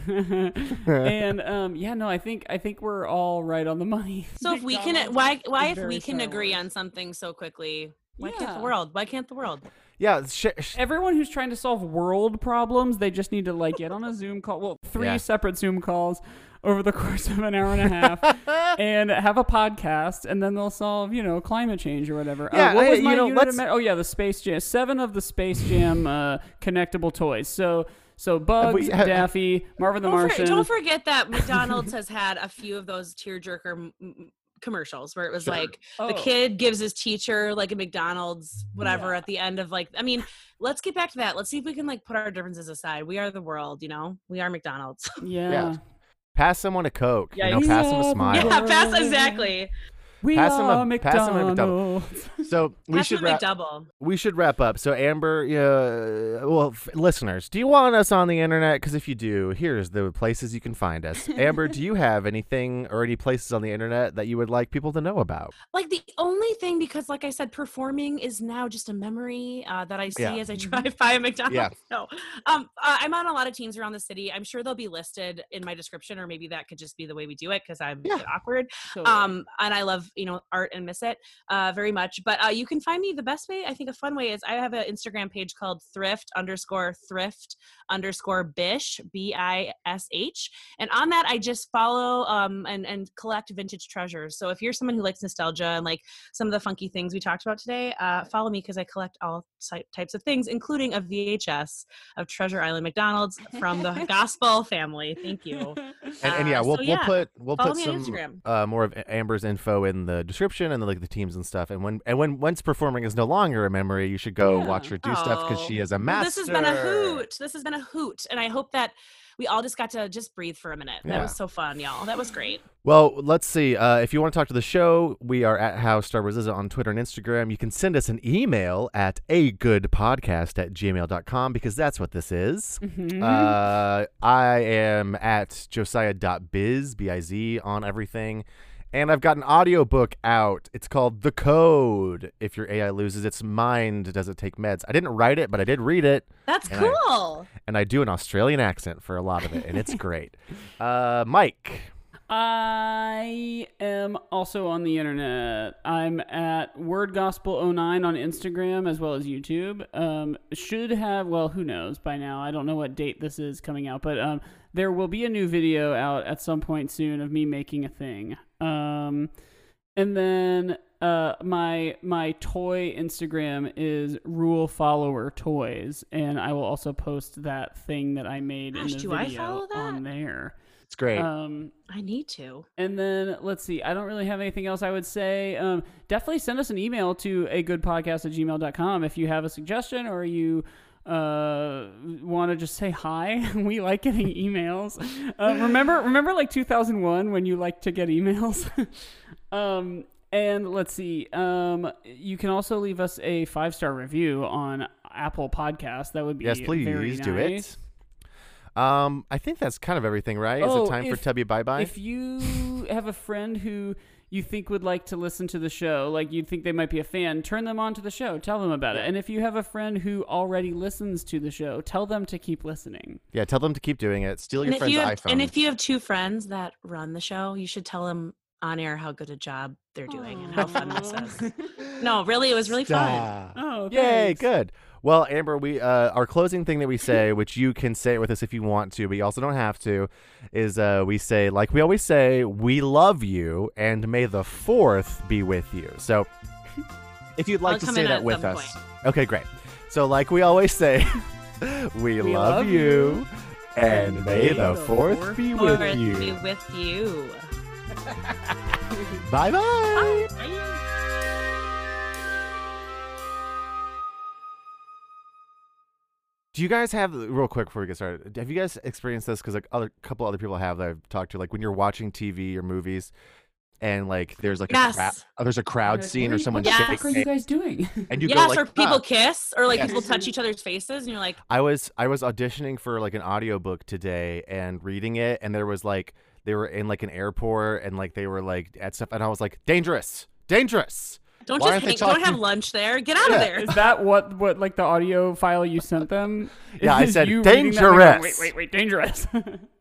and um, yeah, no, I think I think we're all right on the money.
So if we can,
McDonald's
why why
is
if we
very
can
Star
agree
Wars.
on something so quickly? Why can't
Yeah.
the world? Why can't the world?
yeah. Sh- sh-
Everyone who's trying to solve world problems, they just need to like get on a Zoom call. Well, three
Yeah.
separate Zoom calls over the course of an hour and a half, and have a podcast, and then they'll solve you know climate change or whatever. Uh,
Yeah,
what
I-
was
you
my
know,
unit of
let's-
me- Oh yeah, the Space Jam. Seven of the Space Jam uh, connectable toys. So so Bugs,
we- have-
Daffy, Marvin the
Don't, for-
Martian.
don't forget that McDonald's has had a few of those tearjerker m- m- commercials where it was like
Oh.
the kid gives his teacher like a McDonald's whatever
Yeah.
at the end of like. I mean, let's get back to that. Let's see if we can like put our differences aside. We are the world, you know. We are McDonald's.
Yeah.
Yeah. pass someone a coke.
Yeah,
you know,
he's
pass them a
all-
smile.
yeah,
Yeah.
fast exactly.
We
Pass him a-
are
pass him a McDonald's.
McDonald's.
So we
That's
should
a
wrap.
McDouble.
We should wrap up. So Amber, uh, well, f- listeners, do you want us on the internet? Because if you do, here's the places you can find us. Amber, do you have anything or any places on the internet that you would like people to know about?
like the only thing because like i said performing is now just a memory uh, that i see
Yeah.
as i drive by a mcdonald's no um, uh, i'm on a lot of teams around the city i'm sure they'll be listed in my description or maybe that could just be the way we do it because i'm a
Yeah.
bit awkward
So-
um, and i love you know art and miss it uh, very much. But uh, you can find me the best way. I think a fun way is I have an Instagram page called thrift underscore thrift underscore bish b i s h, and on that I just follow um, and and collect vintage treasures. So if you're someone who likes nostalgia and like some of the funky things we talked about today, uh, follow me because I collect all ty- types of things, including a VHS of Treasure Island McDonald's from the Gospel family. Thank you.
And, and yeah,
Uh,
we'll
so
we'll
yeah,
put we'll
follow
put
me on
some
Instagram.
uh, more of Amber's info in the description and like the teams and stuff. And when and when once performing is no longer a memory, you should go
Yeah.
watch her do stuff because
Oh.
she is a
Well,
master.
This has been a hoot. This has been a hoot, and I hope that we all just got to just breathe for a minute.
Yeah.
That was so fun, y'all. That was great.
Well, let's see. Uh, if you want to talk to the show, we are at How Star Wars Is It on Twitter and Instagram. You can send us an email at a good podcast at gmail.com because that's what this is.
Mhm.
Uh, I am at josiah.biz, B-I-Z, on everything. And I've got an audiobook out. It's called The Code. If your AI loses its mind, does it take meds? I didn't write it, but I did read it
That's
And I-
cool.
and I do an Australian accent for a lot of it, and it's great. Uh, Mike,
I am also on the internet. I'm at Word Gospel 09 on Instagram as well as YouTube. Um, should have, well, who knows by now. I don't know what date this is coming out, but um, there will be a new video out at some point soon of me making a thing. Um, and then uh, my my toy Instagram is Rule Follower Toys, and I will also post that thing that I made
Gosh,
in the
do
video
I follow that?
on there.
it's great.
Um,
I need to.
and then let's see. I don't really have anything else I would say. Um, definitely send us an email to a good podcast at gmail.com if you have a suggestion or you uh, want to just say hi. we like getting emails. Um, remember, remember like 2001 when you liked to get emails? um, and let's see. Um, you can also leave us a five star review on Apple Podcasts. That would be
yes, please
very
do
nice.
it. Um, I think that's kind of everything, right? is
Oh,
it time
if-
for Tubby Bye Bye?
If you have a friend who you think would like to listen to the show, like you think they might be a fan, turn them on to the show. Tell them about it. And if you have a friend who already listens to the show, tell them to keep listening.
Yeah, tell them to keep doing it. Steal
And
your
if
friend's
you have,
iPhone.
and if you have two friends that run the show, you should tell them on air how good a job they're doing and how fun this is. No, really, it was really fun.
Stop.
Oh,
Yay,
thanks.
good. Well, Amber, we uh, our closing thing that we say, which you can say it with us if you want to, but you also don't have to, is uh, we say like we always say, we love you, and may the fourth be with you. So, if you'd like
I'll
to
come
say
in
that
at
with
some
us, okay, great. So, like we always say, we, love,
love
you, and may the fourth be
Fourth
with
be
you.
with you.
Bye bye.
Bye.
Do you guys have real quick before we get started? Have you guys experienced this? Because like other couple other people have that I've talked to. Like when you're watching TV or movies, and like there's like a crowd,
Yes.
there's a crowd
Like, what
scene or
are you-
someone
What the
Yes.
fuck are you guys doing?
and you
yes,
go like,
or people
"Huh."
kiss, or like
Yes.
people touch each other's faces, and you're like,
I was I was auditioning for like an audiobook today and reading it, and there was like they were in like an airport and like they were like at stuff, and I was like, dangerous, dangerous.
don't
Why aren't
just
they
hang, don't have
talking-
lunch there. Get out
Yeah.
of there.
Is that what what like the audio file you sent them?
Yeah, I
Is
said
you reading that and going,
dangerous.
Wait, wait, wait, dangerous.